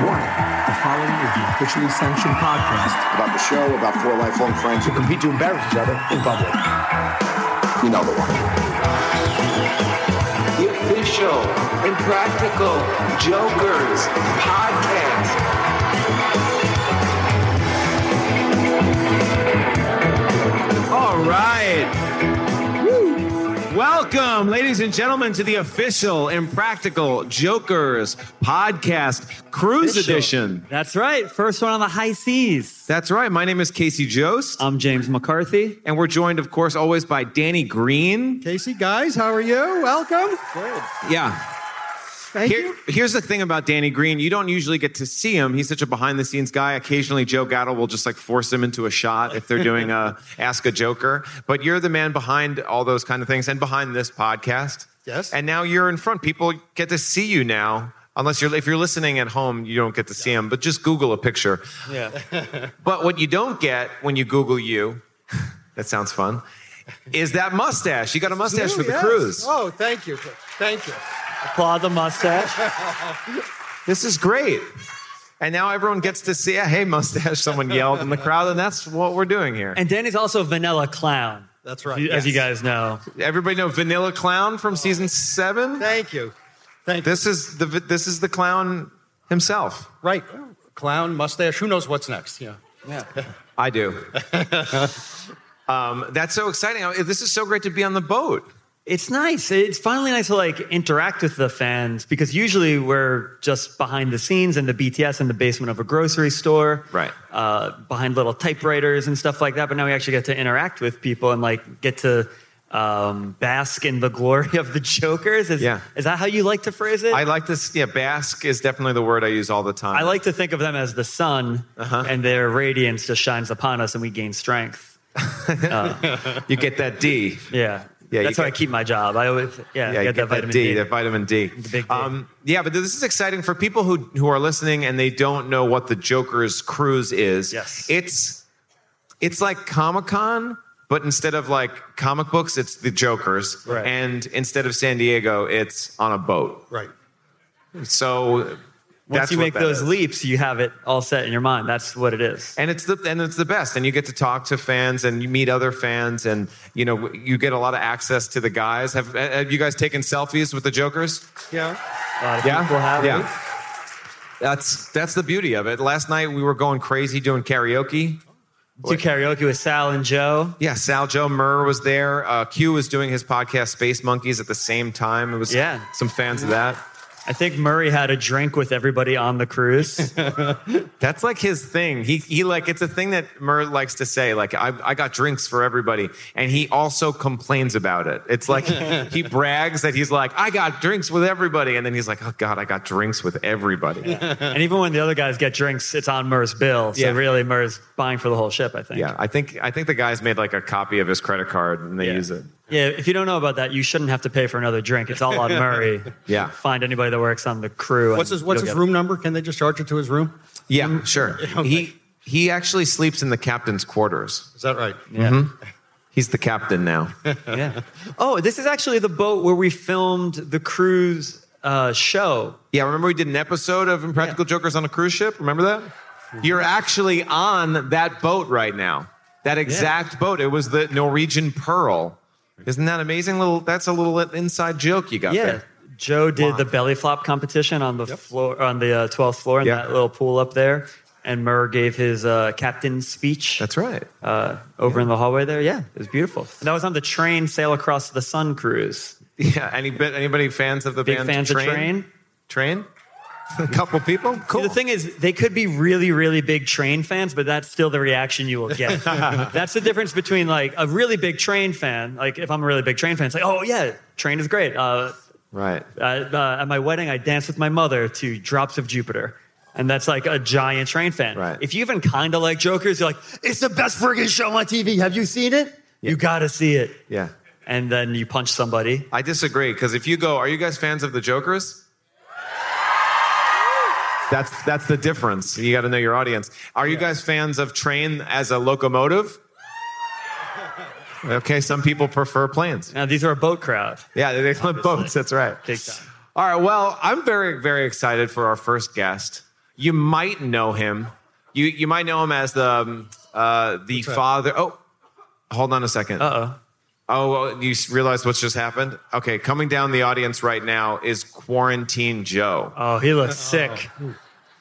Warning. The following is an officially sanctioned podcast about the show, about four lifelong friends who to compete to embarrass each other in public. you know the one. The official Impractical Jokers podcast. All right. Welcome, ladies and gentlemen, to the official Impractical Jokers podcast cruise edition. That's right. First one on the high seas. That's right. My name is Casey Jost, I'm James McCarthy. and we're joined, of course, always by Danny Green. Casey, guys, how are you? Welcome. Yeah. Thank Here, here's the thing about Danny Green. You don't usually get to see him. He's such a behind the scenes guy. Occasionally, Joe Gatto will just like force him into a shot if they're doing a Ask a Joker. But you're the man behind all those kind of things and behind this podcast. Yes. And now you're in front. People get to see you now. Unless you're, if you're listening at home, you don't get to see him, but just Google a picture. Yeah. But what you don't get when you Google you, that sounds fun, is that mustache. You got a mustache for the Yes. cruise. Oh, thank you. Thank you. Applaud the mustache. This is great. And now everyone gets to see, hey, mustache, someone yelled in the crowd, and that's what we're doing here. And Danny's also a vanilla clown. That's right. you- As you guys know. Everybody know Vanilla Clown Oh. from season seven? Thank you. Thank This is the this is the clown himself. you. Right. Clown, mustache, who knows what's next? Yeah. I do. um, that's so exciting. This is so great to be on the boat. It's nice. It's finally nice to like interact with the fans because usually we're just behind the scenes in the BTS in the basement of a grocery store. Right. Uh, behind little typewriters and stuff like that. But now we actually get to interact with people and like get to um, bask in the glory of the jokers. Is, Yeah. is that how you like to phrase it? I like this. Yeah, bask is definitely the word I use all the time. I like to think of them as the sun, Uh-huh. and their radiance just shines upon us, and we gain strength. you get that D. uh, Yeah, Yeah, you That's how I get- keep my job. I always, yeah, Yeah, I you get, that vitamin D. that um, vitamin D. big D. yeah, but this is exciting for people who who are listening and they don't know what the Joker's cruise is. Yes. it's it's like Comic Con, but instead of like comic books, it's the Joker's, Right. and instead of San Diego, it's on a boat. Right. So Once that's you what make that those is. leaps, you have it all set in your mind. That's what it is. and it's the and it's the best and you get to talk to fans and you meet other fans and you know you get a lot of access to the guys have have you guys taken selfies with the jokers Yeah. A lot of yeah people have yeah it. that's that's the beauty of it last night we were going crazy doing karaoke Do karaoke with Sal and Joe. yeah sal joe murr was there uh, q was doing his podcast space monkeys at the same time it was Yeah. some fans of that I think Murray had a drink with everybody on the cruise. That's like his thing. He he like it's a thing that Murr likes to say. Like I I got drinks for everybody, and he also complains about it. It's like he brags that he's like I got drinks with everybody, and then he's like, oh god, I got drinks with everybody. Yeah, and even when the other guys get drinks, it's on Murr's bill. So Yeah. really, Murr's buying for the whole ship, I think. I think I think the guys made like a copy of his credit card and they Yeah. use it. Yeah, if you don't know about that, you shouldn't have to pay for another drink. It's all on Murray. Yeah. Find anybody that works on the crew. What's and his What's you'll his get- room number? Can they just charge it to his room? Yeah, Mm-hmm. sure. Okay. He he actually sleeps in the captain's quarters. Mm-hmm. Is that right? Yeah. He's the captain now. yeah. Oh, this is actually the boat where we filmed the cruise uh, show. Yeah, remember we did an episode of Impractical Jokers on a cruise ship? Remember that? Mm-hmm. You're actually on that boat right now. That exact boat. It was the Norwegian Pearl. Isn't that amazing? Little that's a little inside joke you got Yeah. there. Joe did the belly flop competition on the floor on the uh, 12th floor in Yeah. that little pool up there. And Murr gave his uh, captain's speech That's right. uh, over in the hallway there. Yeah, it was beautiful. And that was on the train sail across the sun cruise. Yeah. Any bit anybody fans of the Big band fans Train? of Train. Train? A couple people? Cool. See, the thing is, they could be really, really big train fans, but that's still the reaction you will get. that's the difference between like a really big train fan. Like if I'm a really big train fan, it's like, oh yeah, train is great. Uh, right. uh, uh, at my wedding, I danced with my mother to Drops of Jupiter. And that's like a giant train fan. Right. If you even kind of like Jokers, you're like, it's the best friggin' show on TV. Have you seen it? You gotta see it. yeah. And then you punch somebody. I disagree because if you go, are you guys fans of the Jokers? That's that's the difference. You got to know your audience. Are you guys fans of train as a locomotive? Okay, some people prefer planes. Now, these are a boat crowd. Yeah, they they flip boats. That's right. Big time. All right. Well, I'm very very excited for our first guest. You might know him. You you might know him as the um, uh, the father. Oh, hold on a second. Uh-oh. Oh, well, you s- realize what's just happened? Okay, coming down the audience right now is Quarantine Joe. Oh, he looks sick.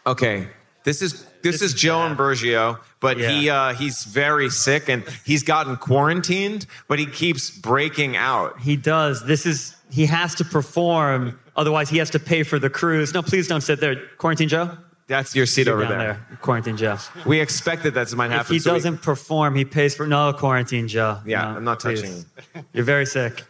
Okay, this is this, is, is Joe bad. Ambrosio, but he Yeah. uh, he's very sick and he's gotten quarantined, but he keeps breaking out. He does. This is he has to perform, otherwise he has to pay for the cruise. No, please don't sit there, quarantine Joe. That's your seat Sit over down there. quarantine Joe. We expected that might If happen. he so we- doesn't perform, he pays for no quarantine Joe. Yeah, No, I'm not please. touching You're very sick.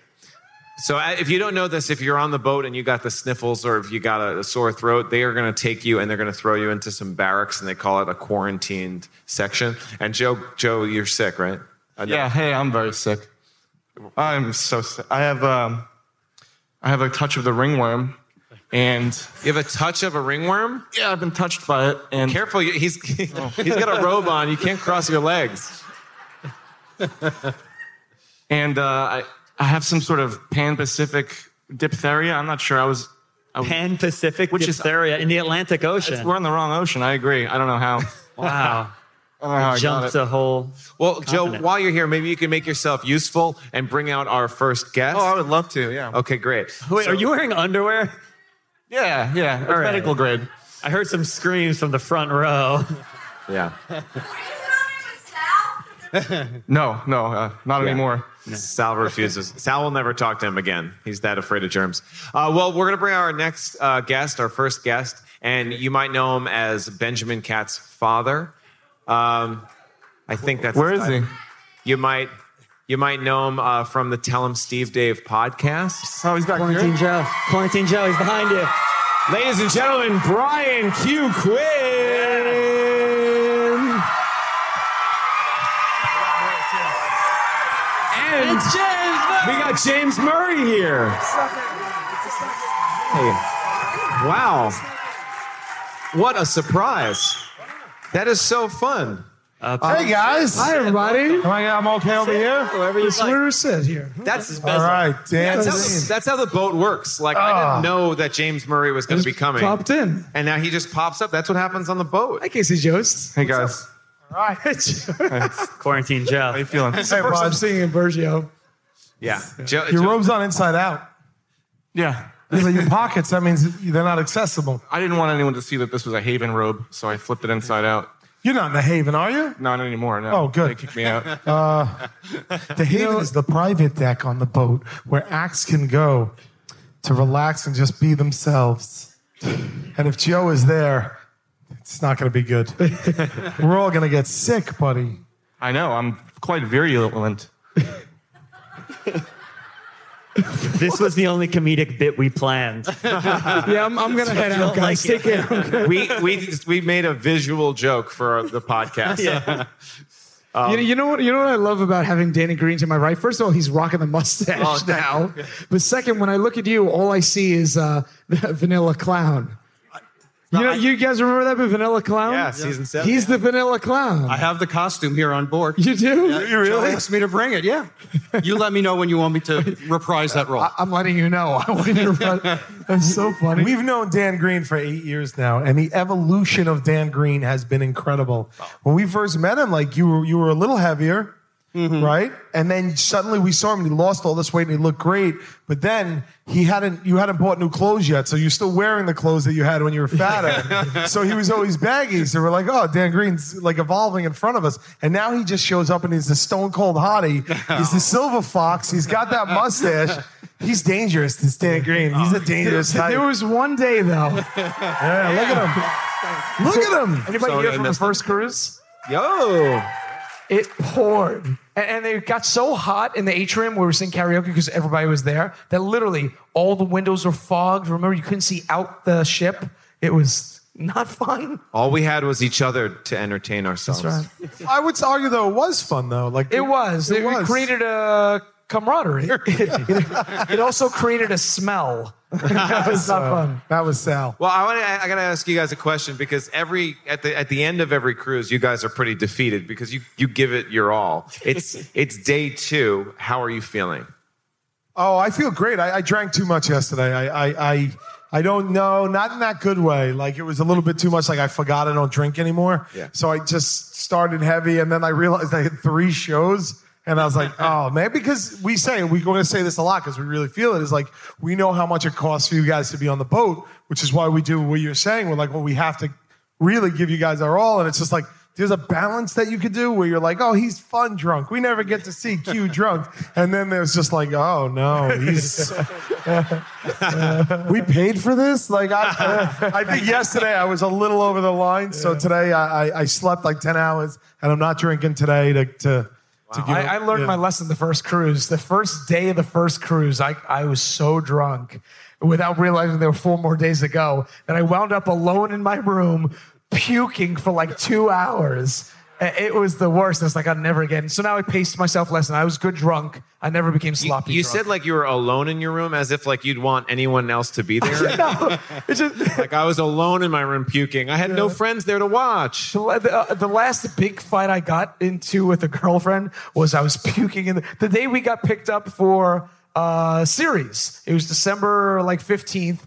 So uh, if you don't know this, if you're on the boat and you got the sniffles or if you got a, a sore throat, they are going to take you and they're going to throw you into some barracks and they call it a quarantined section. And Joe, Joe, you're sick, right? I know. Yeah, hey, I'm very sick. I'm so sick. I have um, I have a touch of the ringworm, and You have a touch of a ringworm. yeah, I've been touched by it. And Careful, you- he's he's got a robe on. You can't cross your legs. and uh, I I have some sort of pan Pacific diphtheria. I'm not sure. I was Pan Pacific Which is- diphtheria in the Atlantic Ocean. we're in the wrong ocean. I agree. I don't know how. Wow. Oh, I don't know how I got Jumped it. a whole Well, Joe, Confident. while you're here, maybe you can make yourself useful and bring out our first guest. Oh, I would love to. Yeah. okay, great. Wait, are you wearing underwear? Yeah, yeah. It's All right. medical grade. I heard some screams from the front row. Yeah. No, no, uh, not anymore. Sal refuses. Sal will never talk to him again. He's that afraid of germs. Uh, well, we're going to bring our next uh, guest, our first guest, and you might know him as Benjamin Katz's father. Um, I think that's Where is he? You might you might know him uh, from the Tell Him Steve Dave podcast. Oh, he's back Quarantine here. Joe. Quarantine Joe, he's behind you. Ladies and gentlemen, Brian Q. Quinn. And we got James Murray here. Hey. Wow. What a surprise. That is so fun. Um, Hey guys. Hi everybody. Um, Am I, I'm okay over here. Whoever you like. Where is it here? That's All right, Ah. Dan. That's how, the, that's how the boat works. Like I didn't know that James Murray was going to be coming, Popped in. and now he just pops up. That's what happens on the boat. Hi, Casey Jost. Hey guys, All right. hey, Quarantine Joe. how you feeling? Bob. I'm seeing you in Bergio. Yeah, Joe, Your Joe- robe's on inside out. yeah. These are your pockets. That means they're not accessible. I didn't want anyone to see that this was a Haven robe, so I flipped it inside out. You're not in the Haven, are you? Not anymore. No. Oh, good. They kicked me out. Uh, The Haven is the private deck on the boat where acts can go to relax and just be themselves. And if Joe is there, it's not going to be good. We're all going to get sick, buddy. I know. I'm quite virulent. This was the only comedic bit we planned. Yeah, I'm, I'm going to head out, guys. Take care. we we we made a visual joke for the podcast. Um, Yeah. Um, You know, you know what? You know what I love about having Danny Green to my right. First of all, he's rocking the mustache now. But second, when I look at you, all I see is uh, the Vanilla Clown. You know, you guys remember that movie, Vanilla Clown? Yeah, season seven. He's the Vanilla Clown. I have the costume here on board. you do? really? asked me to bring it. Yeah. You let me know when you want me to reprise that role. I'm letting you know. I want you to That's so funny. We've known Dan Green for eight years now, and the evolution of Dan Green has been incredible. When we first met him, like you were, you were a little heavier, Mm-hmm. right? And then suddenly we saw him, and he lost all this weight, and he looked great. But then he hadn't, you hadn't bought new clothes yet, so you're still wearing the clothes that you had when you were fatter. so he was always baggy. So we're like, oh, Dan Green's like evolving in front of us, and now he just shows up and he's the stone cold hottie. He's the silver fox. He's got that mustache. He's dangerous, this Dan Green. He's a dangerous There- type. Oh. There was one day though. yeah, look at him. Look at him. Anybody here from the first cruise? Yo. It poured, and, and it got so hot in the atrium where we were singing karaoke because everybody was there that literally all the windows were fogged. Remember, you couldn't see out the ship. It was not fun. All we had was each other to entertain ourselves. right. I would argue though it was fun though. Like It was. It, It was. created a camaraderie. it, also created a smell. that was not fun. That was Sal. Well, I want to. I got to ask you guys a question because every at the at the end of every cruise, you guys are pretty defeated because you you give it your all. It's it's day two. How are you feeling? Oh, I feel great. I, I drank too much yesterday. I, I, I, I don't know, not in that good way. Like it was a little bit too much. Like I forgot I don't drink anymore. Yeah. So I just started heavy, and then I realized I had three shows, and I was like, oh man, because we say we're going to say this a lot because we really feel it. Is like we know how much it costs for you guys to be on the boat, which is why we do what you're saying. We're like, well, we have to really give you guys our all, and it's just like there's a balance that you could do where you're like, oh, he's fun drunk. We never get to see Q drunk. And then there's just like, oh no, he's. we paid for this. Like I, I think yesterday I was a little over the line. So today I, I, I slept like ten hours, and I'm not drinking today to to. to give I, I learned yeah. my lesson the first cruise. The first day of the first cruise, I, I was so drunk without realizing there were four more days to go that I wound up alone in my room puking for like two hours. Uh, It was the worst. It's like, I'll never again. So now I paced myself less and I was good drunk. I never became You- sloppy. You, drunk. said like you were alone in your room, as if like you'd want anyone else to be there. no, it's just. Like I was alone in my room puking. I had no friends there to watch. The, la- the, uh, the last big fight I got into with a girlfriend was I was puking in the, the day we got picked up for uh series. It was December like 15th,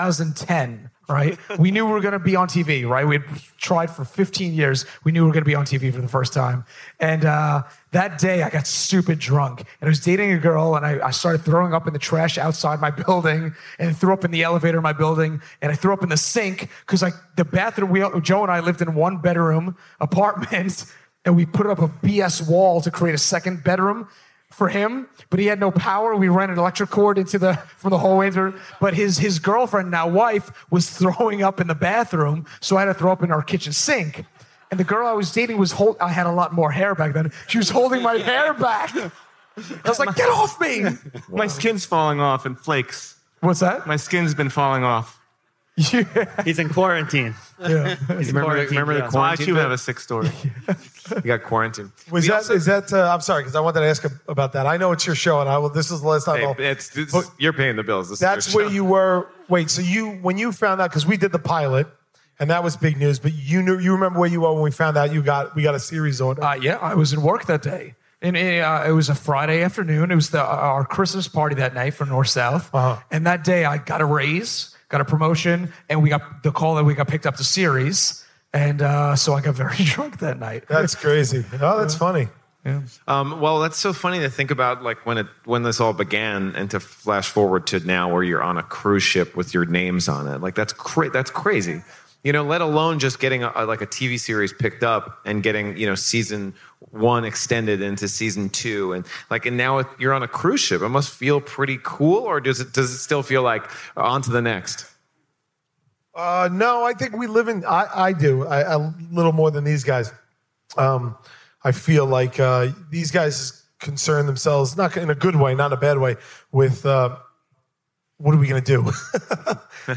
2010, right? we knew we were going to be on TV, right? We had tried for 15 years. We knew we were going to be on TV for the first time. And uh that day I got stupid drunk and I was dating a girl and I, I started throwing up in the trash outside my building and threw up in the elevator in my building and I threw up in the sink because like the bathroom we Joe and I lived in one bedroom apartment and we put up a BS wall to create a second bedroom for him, but he had no power. We ran an electric cord into the from the hallway. into- But his his girlfriend, now wife, was throwing up in the bathroom, so I had to throw up in our kitchen sink. And the girl I was dating was hold. I had a lot more hair back then. She was holding my hair back. I was like, "Get off me!" My skin's falling off in flakes. What's that? My skin's been falling off. He's in quarantine. Yeah. He's in Remember, the- quarantine, remember the yeah. I quarantine? too have a sick story. You got quarantine. Was We that also- is that? Uh, I'm sorry because I wanted to ask about that. I know it's your show, and I will. This is the last time. Hey, I'll, it's, this But- you're paying the bills. This is That's your where show. you were. Wait, so you when you found out because we did the pilot, and that was big news. But you knew you remember where you were when we found out you got we got a series order. Uh, yeah, I was in work that day. And uh, it was a Friday afternoon. It was the, uh, our Christmas party that night for North South. Uh-huh. And that day I got a raise, got a promotion, and we got the call that we got picked up to series. And uh, so I got very drunk that night. that's crazy. Oh, that's funny. Um, well, that's so funny to think about, like when it when this all began, and to flash forward to now, where you're on a cruise ship with your names on it. Like that's cra- that's crazy. You know, let alone just getting a, a- like a TV series picked up and getting you know season one extended into season two, and like and now it, you're on a cruise ship. It must feel pretty cool, or does it does it still feel like on to the next? Uh, no, I think we live in. I, I do I, a little more than these guys. Um, I feel like uh, these guys concern themselves not in a good way, not a bad way, with uh, what are we going to do?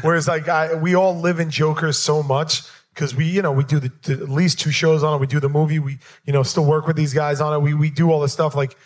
Whereas like I, we all live in Joker so much because we, you know, we do the, the, at least two shows on it. We do the movie. We, you know, still work with these guys on it. We we do all this stuff. Like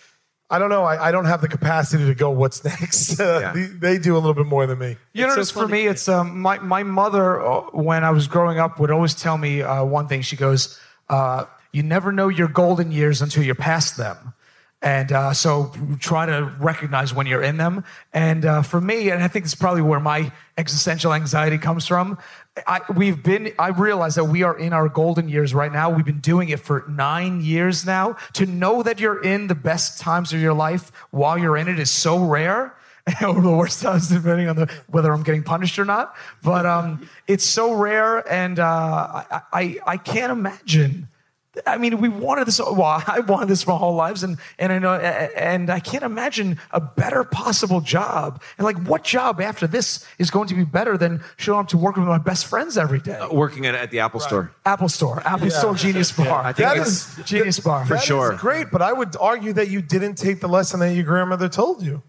I don't know. I, I don't have the capacity to go. What's next? Uh, Yeah. they, they do a little bit more than me. You know, so notice for funny. me, it's um, my my mother uh, when I was growing up would always tell me uh, one thing. She goes, uh, "You never know your golden years until you're past them." And uh, so try to recognize when you're in them. And uh, for me, and I think it's probably where my existential anxiety comes from. I, we've been, I realize that we are in our golden years right now. We've been doing it for nine years now. To know that you're in the best times of your life while you're in it is so rare or the worst times, depending on the, whether I'm getting punished or not. But um, it's so rare, and uh, I, I I can't imagine I mean, we wanted this. Well, I wanted this my whole lives, and and I know, and I can't imagine a better possible job. And like, what job after this is going to be better than showing up to work with my best friends every day? Working at, at the Apple Store. Apple Store, Apple Yeah. Store Genius Bar. I think That it's- is- Genius Bar That is great, but I would argue that you didn't take the lesson that your grandmother told you.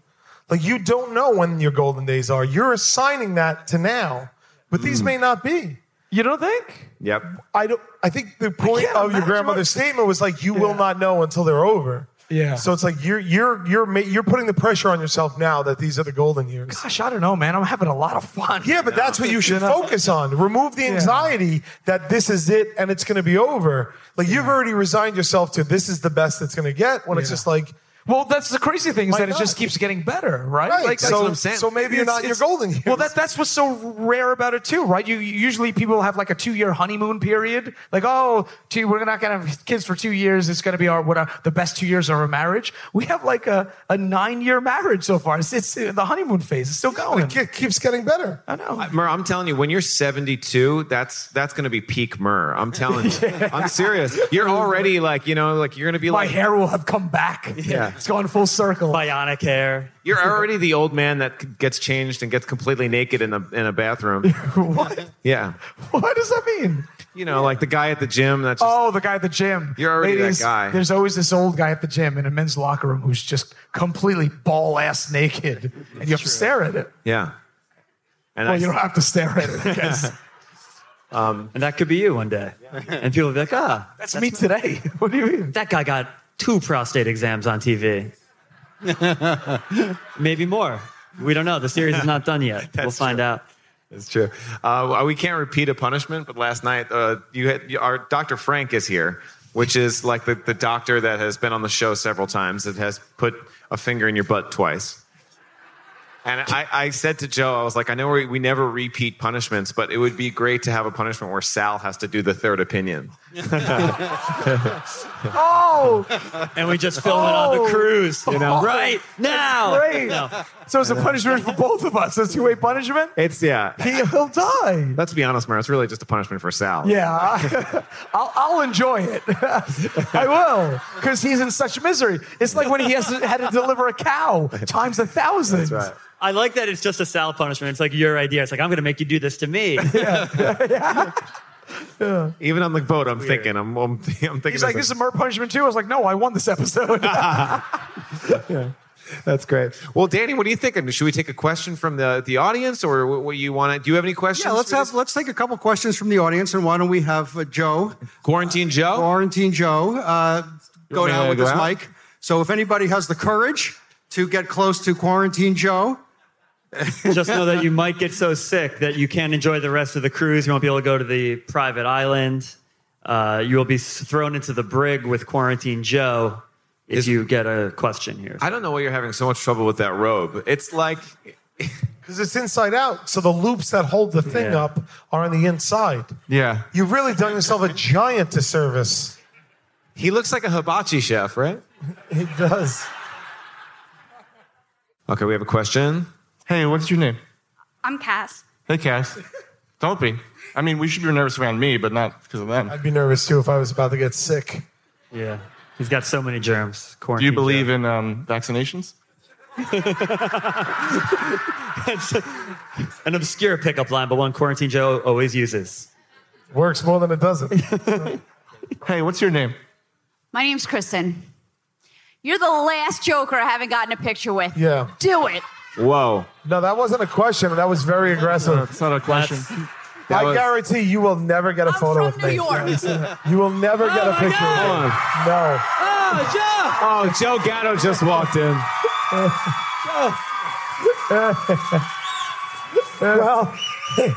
Like you don't know when your golden days are. You're assigning that to now, but these may not be. You don't think? Yep. I don't. I think the point of your grandmother's statement was like, "You will not know until they're over." Yeah. So it's like you're you're you're ma- you're putting the pressure on yourself now that these are the golden years. Gosh, I don't know, man. I'm having a lot of fun. Yeah, but that's what you should focus on. Remove the anxiety that this is it and it's going to be over. Like you've already resigned yourself to this is the best it's going to get when it's Yeah. just like Well, that's the crazy thing is Why that it not? just keeps getting better, right? Right, that's what I'm saying. so maybe you're it's- not in your it's- golden years. Well, that, that's what's so rare about it too, right? You you- usually people have like a two year honeymoon period, like oh, two, we're not gonna have kids for two years. It's gonna be our what our, the best two years of our marriage. We have like a, a nine year marriage so far. It's, it's the honeymoon phase. It's still going. it keeps getting better. I know. I- Murr, I'm telling you, when you're 72, that's that's gonna be peak Murr. I'm telling you. I'm serious. You're already like, you know, like you're gonna be My like hair will have come back. Yeah. it's gone full circle. Bionic hair. You're already the old man that c- gets changed and gets completely naked in a in a bathroom. what? Yeah, What does that mean? you know, like the guy at the gym. That's just, Oh, the guy at the gym. You're already that guy. There's always this old guy at the gym in a men's locker room who's just completely ball ass naked, and you have to stare at it. yeah. And Well, I, you don't have to stare at it. I guess. And that could be you one day. And people would be like, ah, That's, me today. What do you mean? that guy got two prostate exams on TV. Maybe more. We don't know. The series is not done yet. we'll find out. It's true. Uh, we can't repeat a punishment, but last night, uh, you had you- our Dr. Frank is here, which is like the, the doctor that has been on the show several times that has put a finger in your butt twice. And I, I said to Joe, I was like, I know we, we never repeat punishments, but it would be great to have a punishment where Sal has to do the third opinion. Oh, And we just film it on the Oh. cruise, you know, Oh. right now. great. No. So it's a punishment for both of us. It's a two way punishment. It's, yeah. He, will die. Let's be honest, Mara, it's really just a punishment for Sal. Yeah, I, I'll, I'll enjoy it. I will, because he's in such misery. It's like when he has to, had to deliver a cow times a thousand. That's right. I like that it's just a Sal punishment. It's like your idea. It's like, I'm going to make you do this to me. Even on the boat, I'm thinking, I'm, I'm, I'm thinking. He's like, this this is more punishment too. I was like, no, I won this episode. That's great. Well, Danny, what are you thinking? Should we take a question from the, the audience, or what, what you want to? Do you have any questions? Yeah, let's for have this? let's take a couple questions from the audience, and why don't we have uh, Joe, Uh, quarantine Joe. quarantine Joe, uh, go want me to down with go his out? mic. So if anybody has the courage to get close to quarantine Joe, just know that you might get so sick that you can't enjoy the rest of the cruise. You won't be able to go to the private island. Uh, you will be s- thrown into the brig with Quarantine Joe if you get a question here. I don't know why you're having so much trouble with that robe. It's like because it's inside out. So the loops that hold the thing Yeah. up are on the inside. Yeah. You've really done yourself a giant disservice. he looks like a hibachi chef, right? It does. Okay, we have a question. Hey, what's your name? I'm Cass. Hey, Cass. Don't be. I mean, we should be nervous around me, but not because of them. I'd be nervous too if I was about to get sick. yeah. He's got so many germs. Do Quarantine you believe in um, vaccinations? Joe. an obscure pickup line, but one Quarantine Joe always uses? Works more than it doesn't. Hey, what's your name? My name's Kristen. You're the last Joker I haven't gotten a picture with. Yeah. Do it. Whoa, No, that wasn't a question. That was very aggressive. That's not a question. That's- I was- guarantee you will never get a I'm photo from with New me. York. Oh You will never get a my picture God. with me. No. Oh, Oh, Joe Gatto just walked in. Well,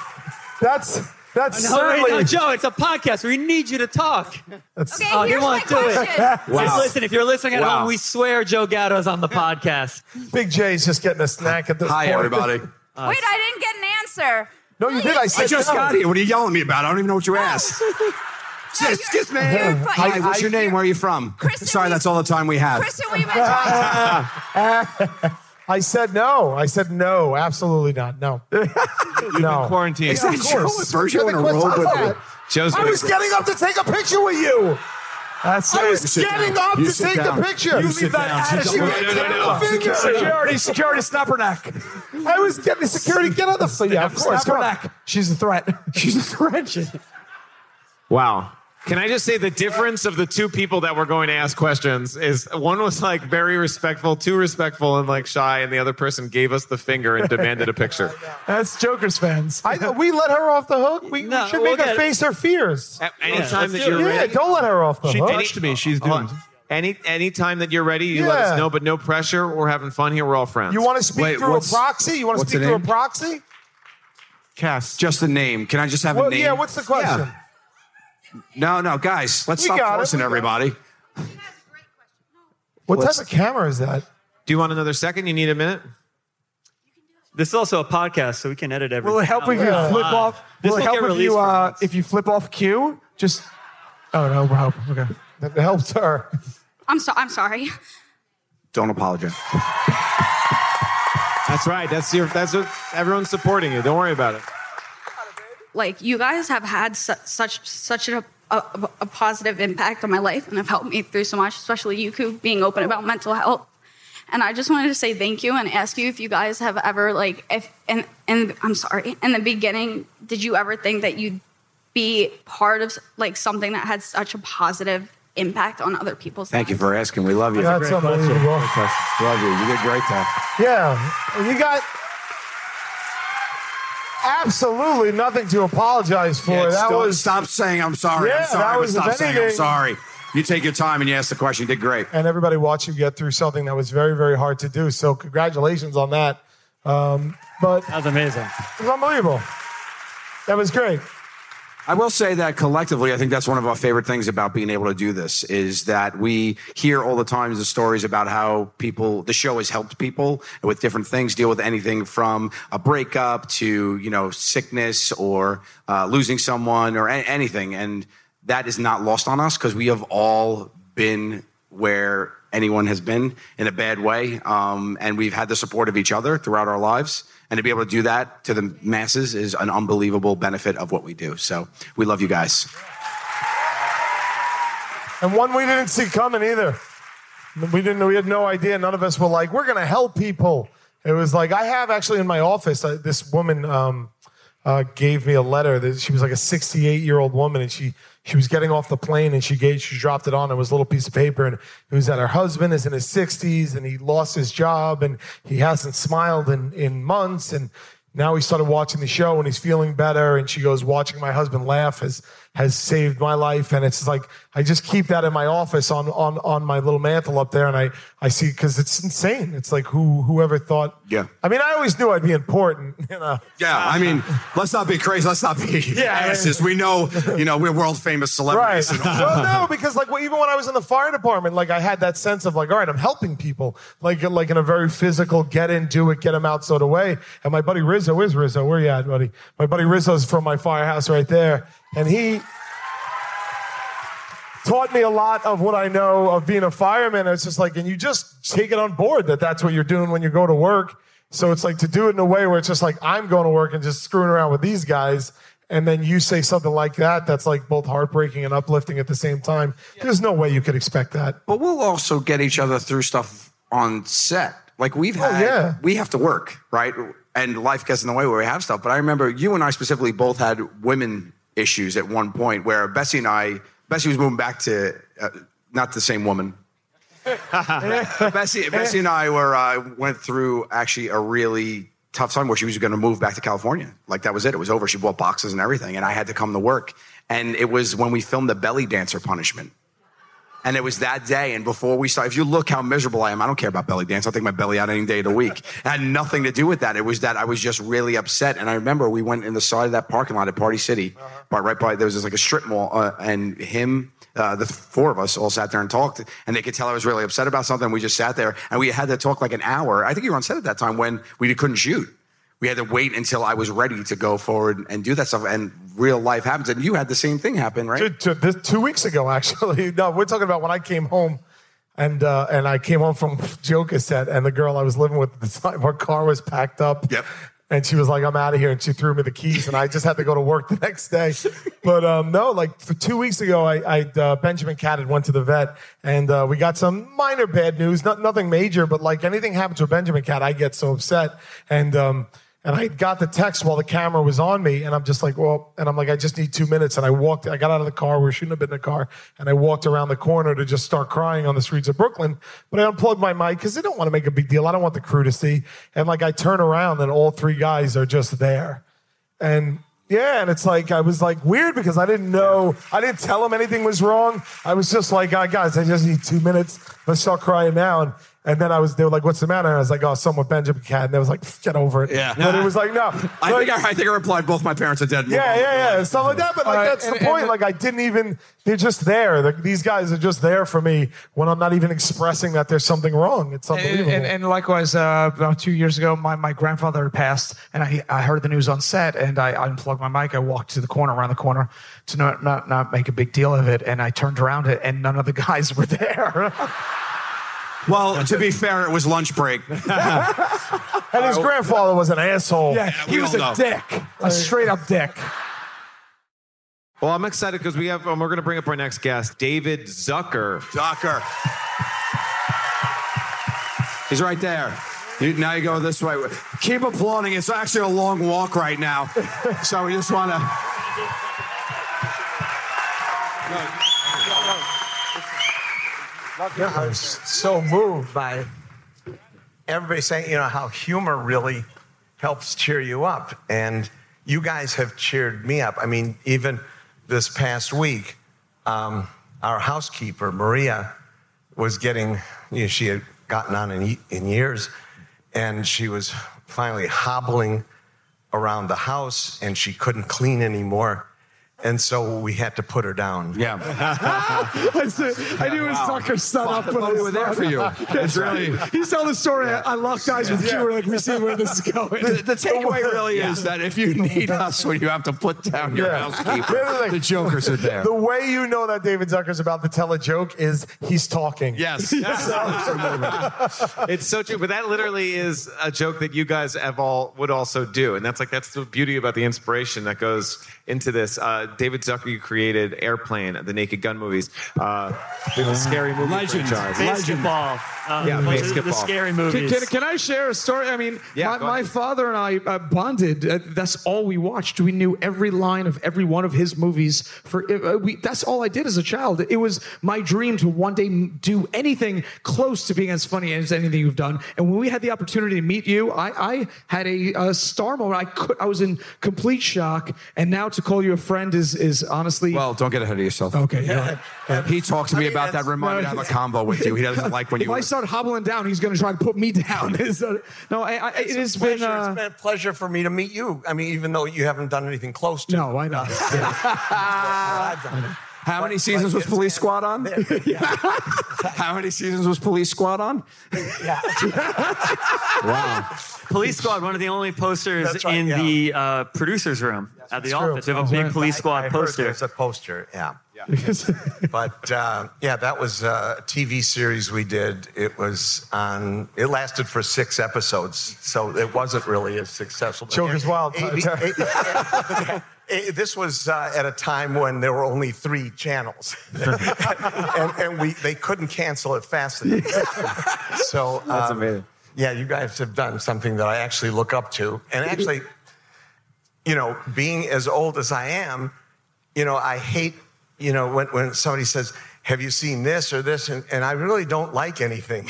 that's that's Joe! certainly Joe, it's a podcast. We need you to talk. that's, Okay, Oh, they here's my won't do it. question. Just listen, if you're listening at Wow. home, we swear Joe Gatto's on the podcast. Big J's just getting a snack at this Hi, point. everybody. Wait, I didn't get an answer. No, you did. I said I just no. got here. What are you yelling at me about? I don't even know what you asked. No, you're- Sis, Excuse me. you're Hi, fine. what's I- your name? Where are you from? Kristen, Sorry, we- that's all the time we have. Kristen, we met twice. I said no. I said no. Absolutely not. No. no. Quarantine. Is that Of course. Joe? Virgil in a robe with me. Joe's I was getting up to take a picture with you. That's I it. was You sit getting down. up You to sit take down. the picture. You leave that attitude. Security, security, snapperneck. I was getting security. Get on the floor. Yeah, of course. Come on. Snapperneck. She's a threat. She's a threat. Wow. Can I just say the difference of the two people that were going to ask questions is one was like very respectful, too respectful, and like shy, and the other person gave us the finger and demanded a picture. That's Joker's fans. I, thought we let her off the hook. We, we should we'll make her get- face her fears. At any Yeah, time let's that do you're it. ready. Yeah, don't let her off the hook. me. She's doomed. Any any time that you're ready, you let Yeah. us know. But no pressure. We're having fun here. We're all friends. You want to speak through a proxy? You want to what's speak the through a name? proxy? Cass. Just a name. Can I just have Well, a name? yeah, what's the question? Yeah. No, no, guys, let's We got stop it, forcing we got it. everybody. What Let's- type of camera is that? Do you want another second? You need a minute. This is also a podcast, so we can edit everything. Will it help out. if you flip Live. off? This Will it will help get if you released uh, if you flip off Q? Just oh no, we're helping. Okay, that helps her. I'm so I'm sorry. Don't apologize. That's right. That's your. That's what everyone's supporting you. Don't worry about it. Like you guys have had su- such such a, a, a positive impact on my life and have helped me through so much, especially you Coop, being open about mental health. And I just wanted to say thank you and ask you if you guys have ever like if and and I'm sorry in the beginning did you ever think that you'd be part of like something that had such a positive impact on other people's Thank you for asking. We love you. That's That's a great unbelievable. question. Love you. You did great there. Yeah, you got absolutely nothing to apologize for. Yeah, that still- was stop saying I'm sorry. Yeah, I'm sorry. that but was, if stop saying I'm anything- sorry. You take your time and you ask the question. You did great. and everybody watched you get through something that was very, very hard to do. So congratulations on that. Um, but that's amazing. It was unbelievable. That was great. I will say that collectively, I think that's one of our favorite things about being able to do this is that we hear all the times the stories about how people, the show has helped people with different things, deal with anything from a breakup to, you know, sickness or uh, losing someone or a- anything. And that is not lost on us because we have all been where anyone has been in a bad way. Um, and we've had the support of each other throughout our lives. And to be able to do that to the masses is an unbelievable benefit of what we do. So we love you guys. And one we didn't see coming either. We didn't. We had no idea. None of us were like, we're going to help people. It was like I have actually in my office. I, this woman um, uh, gave me a letter. That she was like a 68 year old woman, and she she was getting off the plane, and she gave she dropped it on. It was a little piece of paper, and it was that her husband is in his 60s, and he lost his job, and he hasn't smiled in in months, and now he started watching the show and he's feeling better and she goes watching my husband laugh has has saved my life and it's like i just keep that in my office on on on my little mantle up there and i i see because it's insane it's like who whoever thought Yeah. i mean i always knew i'd be important you know Yeah, I mean, let's not be crazy. Let's not be Yeah, I mean- asses. We know, you know, we're world famous celebrities. Right. well, no, because like well, even when I was in the fire department, like I had that sense of like, all right, I'm helping people, like like in a very physical, get in, do it, get them out sort of way. And my buddy Rizzo is Rizzo. Where you at, buddy? My buddy Rizzo's from my firehouse right there, and he taught me a lot of what I know of being a fireman. It's just like, and you just take it on board that that's what you're doing when you go to work. So it's like to do it in a way where it's just like, I'm going to work and just screwing around with these guys. And then you say something like that, that's like both heartbreaking and uplifting at the same time. There's no way you could expect that. But we'll also get each other through stuff on set. Like we've had, yeah. we have to work, right? And life gets in the way where we have stuff. But I remember you and I specifically both had women issues at one point where Bessie and I, Bessie was moving back to uh, not the same woman. Bessie, Bessie and I were uh, went through actually a really tough time where she was going to move back to California. Like that was it; it was over. She bought boxes and everything, and I had to come to work. And it was when we filmed the belly dancer punishment. And it was that day, and before we started, if you look how miserable I am, I don't care about belly dance. I'll take my belly out any day of the week. It had nothing to do with that. It was that I was just really upset. And I remember we went in the side of that parking lot at Party City, but right by there was this, like a strip mall, uh, and him, uh, the four of us all sat there and talked, and they could tell I was really upset about something. We just sat there, and we had to talk like an hour. I think you were on set at that time when we couldn't shoot. We had to wait until I was ready to go forward and do that stuff. And real life happens, and you had the same thing happen, right? Dude, two, this, two weeks ago, actually. No, we're talking about when I came home, and uh, and I came home from Joker set, and the girl I was living with at the time, her car was packed up. Yep. And she was like, I'm out of here. And she threw me the keys, and I just had to go to work the next day. But um, no, like for two weeks ago, I, I uh, Benjamin Cat had went to the vet, and uh, we got some minor bad news, not, nothing major, but like anything happens with Benjamin Cat, I get so upset. And um, and I got the text while the camera was on me, and I'm just like, well, and I'm like, I just need two minutes. And I walked, I got out of the car, we shouldn't have been in the car, and I walked around the corner to just start crying on the streets of Brooklyn. But I unplugged my mic because I don't want to make a big deal. I don't want the crew to see. And like, I turn around, and all three guys are just there. And yeah, and it's like I was like weird because I didn't know, I didn't tell him anything was wrong. I was just like, "Ah, guys, I just need two minutes. Let's start crying now. And and then I was, they were like, "What's the matter?" And I was like, "Oh, someone Benjamin Cat." And they was like, "Get over it." Yeah. But it was like, no. I Like- think I, I think I replied both my parents are dead. Move yeah, on. yeah, yeah, stuff like that. But like All right, that's and- the and- point. like I didn't even. They're just there. Like, these guys are just there for me when I'm not even expressing that there's something wrong. It's And, unbelievable. and, and likewise, uh, about two years ago, my, my grandfather had passed, and I, I heard the news on set, and I, unplugged my mic. I walked to the corner, around the corner, to not, not, not make a big deal of it, and I turned around, it, and none of the guys were there. Well, to be fair, it was lunch break. and his grandfather was an asshole. Yeah, we he was a all know. dick, a straight up dick. Well, I'm excited because we have, um, we're going to bring up our next guest, David Zucker. Zucker. He's right there. You, now you go this way. Keep applauding. It's actually a long walk right now, so we just want to. Yeah, I'm so moved by everybody saying, you know, how humor really helps cheer you up. And you guys have cheered me up. I mean, even this past week, um, our housekeeper, Maria, was getting, you know, she had gotten on in, ye- in years, and she was finally hobbling around the house and she couldn't clean anymore. And so we had to put her down. Yeah. I, said, I knew his Wow. sucker son up when Well, I we was were there for you. It's really- He's telling the story. I I locked eyes with you. We're like, we see where this is going. The, the takeaway really is that if you need us when you have to put down your Yeah. Here's housekeeper, thing. the jokers are there. The way you know that David Zucker's about to tell a joke is he's talking. Yes. So- it's so true. But that literally is a joke that you guys have all would also do, and that's like that's the beauty about the inspiration that goes into this. Uh, David Zucker, you created Airplane, the Naked Gun movies, uh, the scary movie Legend. franchise, Basketball. Uh, Um, yeah, the- basketball. the scary movies. Can, can, can I share a story? I mean, Yeah, go my, my ahead. father and I uh, bonded. Uh, that's all we watched. We knew every line of every one of his movies. For uh, we, that's all I did as a child. It was my dream to one day do anything close to being as funny as anything you've done. And when we had the opportunity to meet you, I, I had a, uh star moment. I could, I was in complete shock. And now to call you a friend is is honestly well, don't get ahead of yourself. Okay, yeah. He talked to me I mean, about that. that's- Reminded me to have a combo with you. He doesn't like when if you. I start hobbling down, he's going to try to put me down. So, no, I, I, it It's a has been. pleasure. Uh, it's been a pleasure for me to meet you. I mean, even though you haven't done anything close to no, I know. How many seasons was Police Squad on? How many seasons was Police Squad on? uh, wow. Police Squad, one of the only posters That's right, in yeah. the uh, producers' room at the office. We have Oh, a big Police Squad poster. It's a poster, yeah. but uh, yeah, that was a TV series we did. It was on. It lasted for six episodes, so it wasn't really as successful. Joker's wild. AB Eh, this was uh, at a time when there were only three channels, and, and we they couldn't cancel it fast enough. so That's um, amazing. Yeah, you guys have done something that I actually look up to, and actually, you know, being as old as I am, you know, I hate you know when when somebody says. Have you seen this or this? And, and I really don't like anything.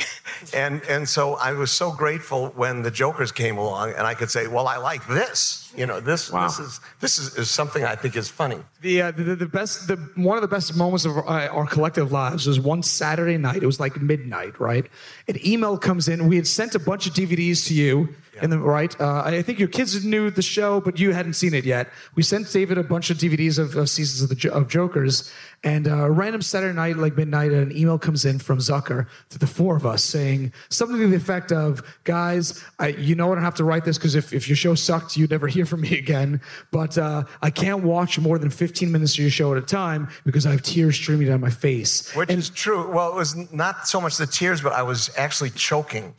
And, and so I was so grateful when the Jokers came along and I could say, well, I like this. You know, this, this is, this is, is something I think is funny. The, uh, the the best the one of the best moments of our, uh, our collective lives was one Saturday night. It was like midnight, right? An email comes in. We had sent a bunch of DVDs to you, and then right, uh, I think your kids knew the show, but you hadn't seen it yet. We sent David a bunch of DVDs of, of seasons of the Jo- of Joker's, and uh, a random Saturday night, like midnight, an email comes in from Zucker to the four of us saying something to the effect of, "Guys, I, you know I don't have to write this because if if your show sucked, you'd never hear." hear from me again. But uh, I can't watch more than 15 minutes of your show at a time because I have tears streaming down my face. Which is true. Well, it was not so much the tears, but I was actually choking,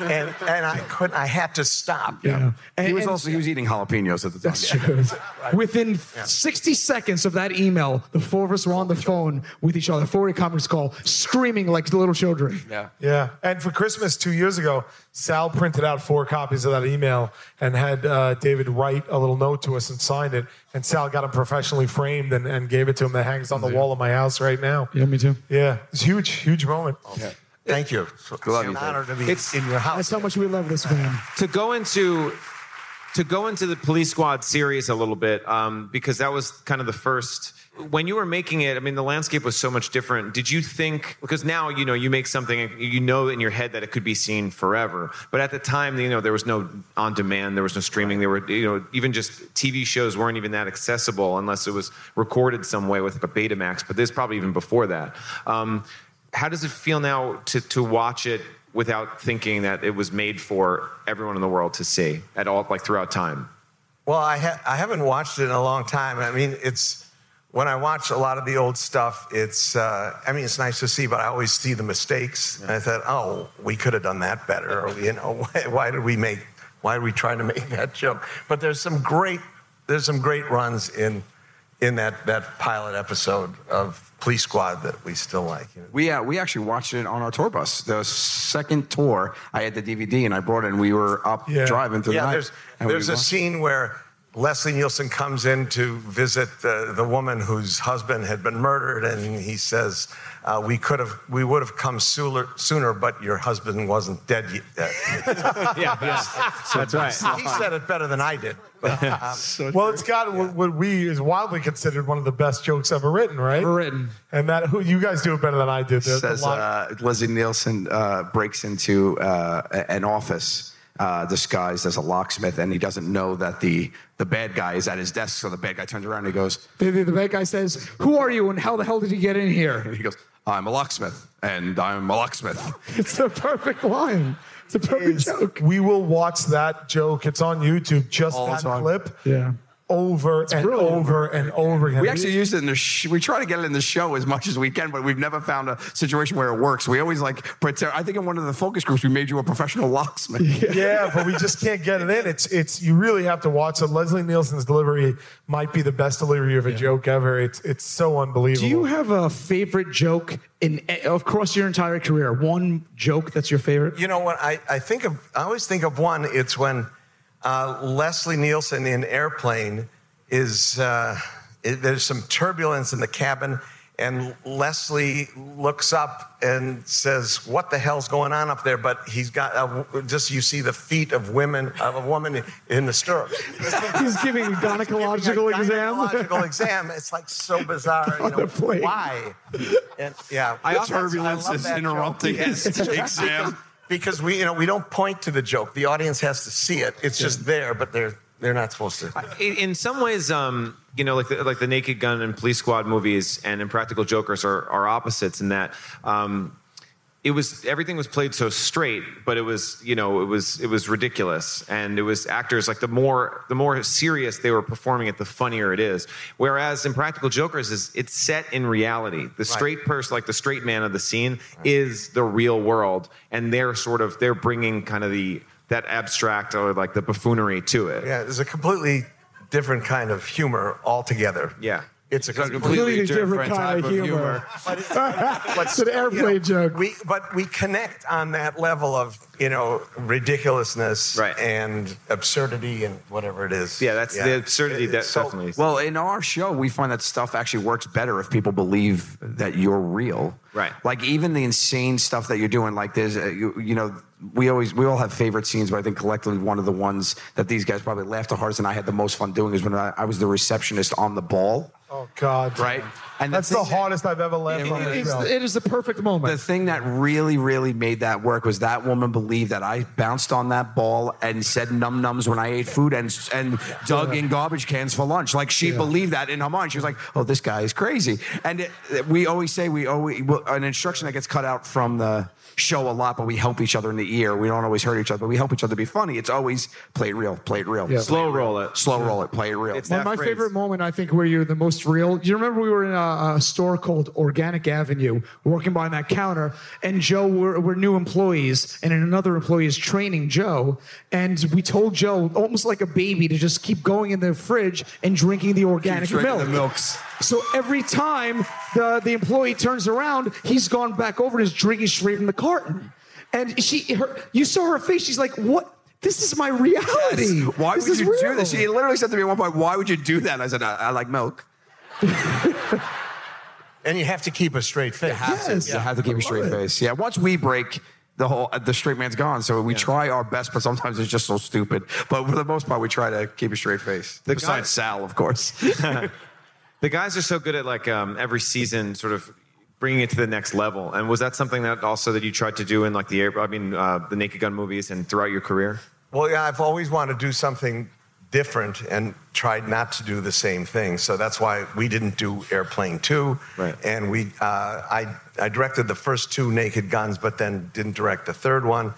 and and I couldn't. I had to stop. Yeah. he was also he was eating jalapenos at the time. That's true. Within 60 seconds of that email, the four of us were on the phone with each other, four-way conference call, screaming like little children. Yeah. Yeah. And for Christmas two years ago, Sal printed out four copies of that email and had uh, David write a little note to us and signed it. And Sal got him professionally framed and, and gave it to him that hangs on the wall of my house right now. Yeah, me too. Yeah. It's a huge, huge moment. Thank you. it's an honor to be in your house. That's how much we love this man. to go into to go into the police squad series a little bit um, because that was kind of the first when you were making it i mean the landscape was so much different did you think because now you know you make something and you know in your head that it could be seen forever but at the time you know there was no on demand there was no streaming there were you know even just tv shows weren't even that accessible unless it was recorded some way with like a betamax but there's probably even before that um, how does it feel now to to watch it without thinking that it was made for everyone in the world to see at all like throughout time Well, I ha- I haven't watched it in a long time. I mean, it's when I watch a lot of the old stuff. It's uh, I mean, it's nice to see, but I always see the mistakes. And I thought, oh, we could have done that better, or you know, why, why did we make? Why did we try to make that joke? But there's some great there's some great runs in in that that pilot episode of Police Squad that we still like. you know. We uh, we actually watched it on our tour bus. The second tour, I had the DVD and I brought it, and we were up driving through yeah, the night. There's, and we there's a watched- scene where Leslie Nielsen comes in to visit the, the woman whose husband had been murdered, and he says, uh, "We could have, we would have come sooner, sooner, but your husband wasn't dead yet." yeah, That's right. He said it better than I did. But, um, well, it's got what- what we is wildly considered one of the best jokes ever written, right? Ever written. And that who you guys do it better than I did. The- the says line- uh, Leslie Nielsen uh, breaks into uh, a- an office uh, disguised as a locksmith, and he doesn't know that the the bad guy is at his desk. So the bad guy turns around and he goes, The, the, the bad guy says, "Who are you, and how the hell did you get in here?" he goes, "I'm a locksmith, and I'm a locksmith." It's the perfect line. It's a perfect joke. We will watch that joke. It's on YouTube. Just All the that time. clip. Yeah. Over and brilliant. over and over again. We actually use it in the. Sh- we try to get it in the show as much as we can, but we've never found a situation where it works. We always like pretend. I think in one of the focus groups, we made you a professional locksmith. yeah, but we just can't get it in. It's it's you really have to watch it. Leslie Nielsen's delivery might be the best delivery of a joke ever. It's it's so unbelievable. Do you have a favorite joke in across your entire career? One joke that's your favorite? You know what? I, I think of. I always think of one. It's when uh, Leslie Nielsen in Airplane is uh, it- there's some turbulence in the cabin, and Leslie looks up and says, "What the hell's going on up there?" But he's got a, just you see the feet of women of a woman in the stirrups. He's giving a gynecological exam. Gynecological exam. It's like so bizarre. You On know, the plane. why? And yeah, I That's- also- I turbulence love is that interrupting joke. his It's just- exam. Because we, you know, we don't point to the joke. The audience has to see it. It's just there, but they're they're not supposed to. in, in some ways, um, you know, like the, like the Naked Gun and Police Squad movies and Impractical Jokers are, are opposites in that um, it was everything was played so straight, but it was you know it was it was ridiculous, and it was actors like the more the more serious they were performing it, the funnier it is. Whereas Impractical Jokers is it's set in reality. The straight person, like the straight man of the scene, is the real world, and they're sort of they're bringing kind of the that abstract or like the buffoonery to it. Yeah, it's a completely different kind of humor altogether. Yeah. It's a completely, it's an airplane joke. We, but we connect on that level of you know ridiculousness and absurdity and whatever it is. Yeah, that's the absurdity that definitely. Uh, Well, in our show, we find that stuff actually works better if people believe that you're real. Right. Like even the insane stuff that you're doing, like there's, uh, you, you know, we always we all have favorite scenes, but I think collectively one of the ones that these guys probably laughed the hardest and I had the most fun doing is when I, I was the receptionist on the ball. Oh God! Right, and That's the hardest I've ever laughed on the show. is the perfect moment. The thing that really, really made that work was that woman believed that I bounced on that ball and said num nums when I ate food and and dug in garbage cans for lunch. Like she believed that in her mind. She was like, "Oh, this guy is crazy." And it, it- we always say we always well, an instruction that gets cut out from the show a lot, but we help each other in the ear. We don't always hurt each other, but we help each other be funny. It's always play it real, play it real, Yeah. slow roll it, slow roll it, play it real. My, my favorite moment, I think, where you're the most real. You remember we were in a, a store called Organic Avenue, working behind that counter, and Joe, we're, we're new employees, and another employee is training Joe, and we told Joe almost like a baby to just keep going in the fridge and drinking the organic drinking milk. the milks. So every time the the employee turns around, he's gone back over and is drinking straight from the carton. And she, her, you saw her face. She's like, "What? This is my reality. Why This would is you do real." this? She literally said to me at one point, "Why would you do that?" I said, "I, I like milk." And you have to keep a straight face. You have to. You have to keep a straight face. Yeah. Once we break the whole, uh, the straight man's gone. So we try our best, but sometimes it's just so stupid. But for the most part, we try to keep a straight face. The Besides Sal, of course. the guys are so good at like um, every season, sort of bringing it to the next level. And was that something that also that you tried to do in like the air? I mean, uh, the Naked Gun movies and throughout your career. Well, yeah, I've always wanted to do something different and tried not to do the same thing. So that's why we didn't do Airplane 2. Right. And we, uh, I, I directed the first two Naked Guns, but then didn't direct the third one.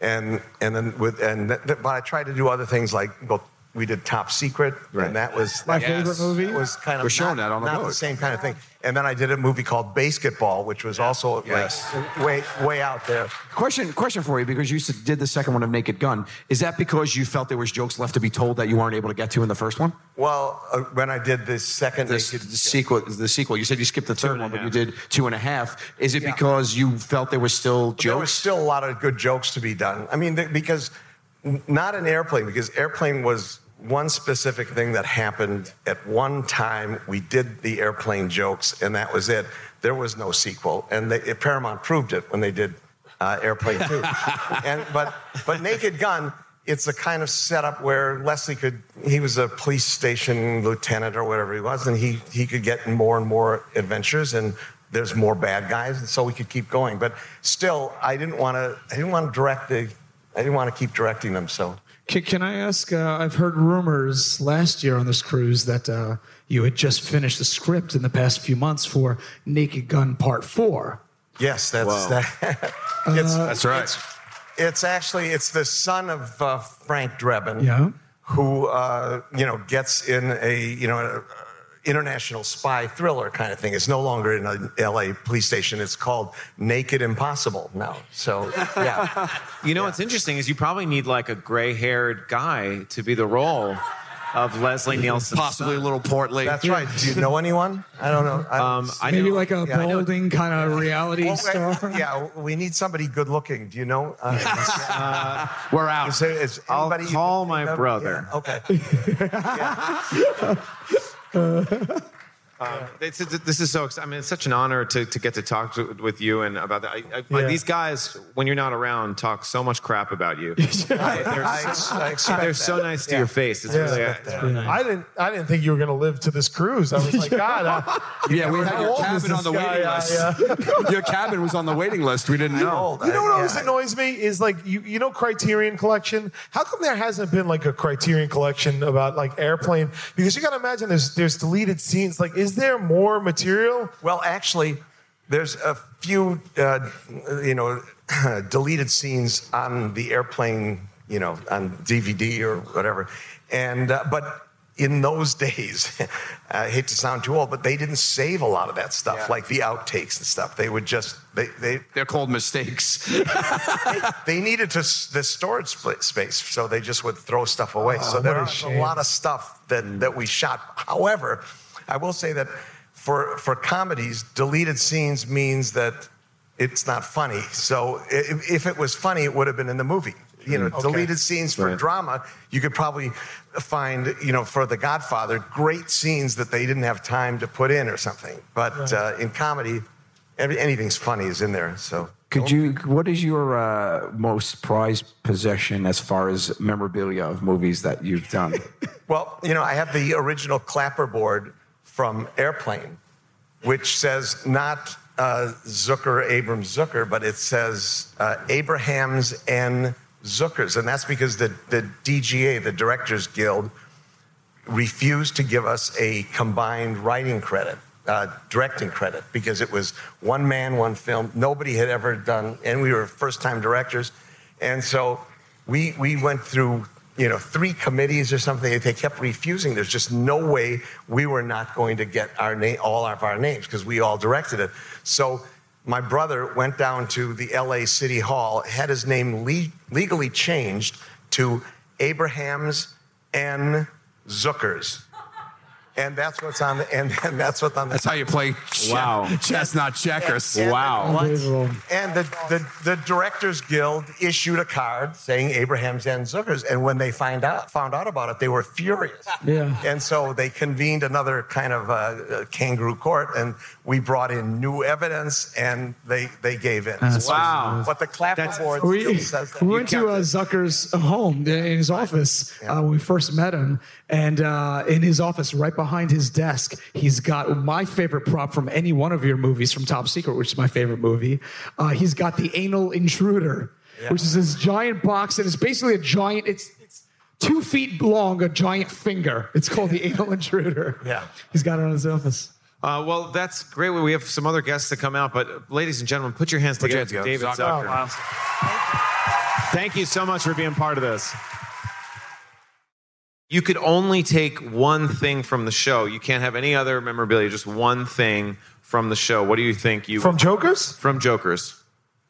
And, and then with, and th- th- but I tried to do other things like, well, we did Top Secret, and that was My that favorite was- movie? that was kind of We're showing not, that on the not boat. same kind of thing. And then I did a movie called Basketball, which was also Yes. like way way out there. Question, question for you because you s- did the second one of Naked Gun. Is that because you felt there was jokes left to be told that you weren't able to get to in the first one? Well, uh, when I did the second The, s- the sequel, the sequel. You said you skipped the third one, but you did two and a half. Is it Yeah. because you felt there was still There was jokes? still a lot of good jokes to be done. I mean, th- because n- not an airplane, because airplane was one specific thing that happened at one time. We did the airplane jokes, and that was it. There was no sequel, and they, Paramount proved it when they did uh, Airplane Two. and but but Naked Gun. It's a kind of setup where Leslie could, he was a police station lieutenant or whatever he was, and he, he could get in more and more adventures, and there's more bad guys, and so we could keep going. But still, I didn't want to. I didn't want to direct the. I didn't want to keep directing them. So Can, can I ask? Uh, I've heard rumors last year on this cruise that uh, you had just finished the script in the past few months for Naked Gun Part Four. yes, that's Wow. that. it's, that's right. It's, it's actually it's the son of uh, Frank Drebin. Yeah. who uh, you know gets in a you know a, international spy thriller kind of thing. It's no longer in an L.A. police station. It's called Naked Impossible now. So yeah, You know what's interesting is you probably need like a gray-haired guy to be the role of Leslie Nielsen. Possibly a little portly. That's right. Do you know anyone? I don't know. Um, I Maybe know- like a yeah, I know- balding kind of reality Well, star. uh, yeah, we need somebody good looking. Do you know? Uh, We're out. Is there, is I'll anybody you can call think my of? brother. Yeah, okay. Um, it's, it- this is so. exci- I mean, it's such an honor to, to get to talk to, with you and about that. I, I, Yeah. These guys, when you're not around, talk so much crap about you. I, I ex- I expect They're so that. nice to your face. It's Yeah. really, it's really nice. I didn't. I didn't think you were going to live to this cruise. I was like, God. I, Yeah, we had How your old is cabin on this the guy? waiting Yeah, list. yeah. your cabin was on the waiting list. We didn't know. You know what always annoys me is like you you know Criterion Collection. How come there hasn't been like a Criterion Collection about like airplane? Because you got to imagine there's there's deleted scenes. Like, is there more material? Well, actually, there's a few, uh, you know, deleted scenes on the airplane, you know, on DVD or whatever. And uh, but in those days, I hate to sound too old, but they didn't save a lot of that stuff, like the outtakes and stuff. They would just they they They're called mistakes. they needed to s- the storage split space, so they just would throw stuff away. Oh, so what a there's a, shame. lot of stuff that that we shot. However, I will say that for for comedies, deleted scenes means that it's not funny. So i- if, if it was funny, it would have been in the movie. You know, Mm, okay. deleted scenes for Right. drama, you could probably find, you know, for The Godfather, great scenes that they didn't have time to put in or something. But uh, in comedy, every, anything's funny is in there. So. Could you? What is your uh, most prized possession as far as memorabilia of movies that you've done? Well, you know, I have the original clapperboard from Airplane, which says not uh, Zucker, Abrams, Zucker, but it says uh, Abrahams and Zuckers. And that's because the, the DGA, the Directors Guild, refused to give us a combined writing credit, uh, directing credit, because it was one man, one film. Nobody had ever done, and we were first time directors. And so we, we went through, you know, three committees or something. that They kept refusing. There's just no way we were not going to get our name, all of our names, because we all directed it. So my brother went down to the LA City Hall, had his name le- legally changed to Abrahams N. Zuckers. And that's what's on the and, and that's what's on the That's how you play che- chess, not checkers. And- and- wow. And the, the, the Directors Guild issued a card saying Abraham's and Zuckers. And when they find out, found out about it, they were furious. Yeah. And so they convened another kind of uh, uh, kangaroo court, and we brought in new evidence, and they, they gave in. That's Wow. But the clapperboard we, still says that. we went to uh, Zucker's home uh, in his office uh, when we first met him, and uh, in his office, right behind his desk, he's got my favorite prop from any one of your movies, from Top Secret, which is my favorite movie. Uh, he's got the anal intruder, Yeah. which is this giant box, and it's basically a giant. It's it's two feet long, a giant finger. It's called the anal intruder. Yeah, he's got it on his office. Uh, well, that's great. We have some other guests to come out, but ladies and gentlemen, put your hands Put your together, hands David together. Zucker. Oh, wow. Thank you so much for being part of this. You could only take one thing from the show. You can't have any other memorabilia. Just one thing from the show. What do you think? You From Jokers? From Jokers,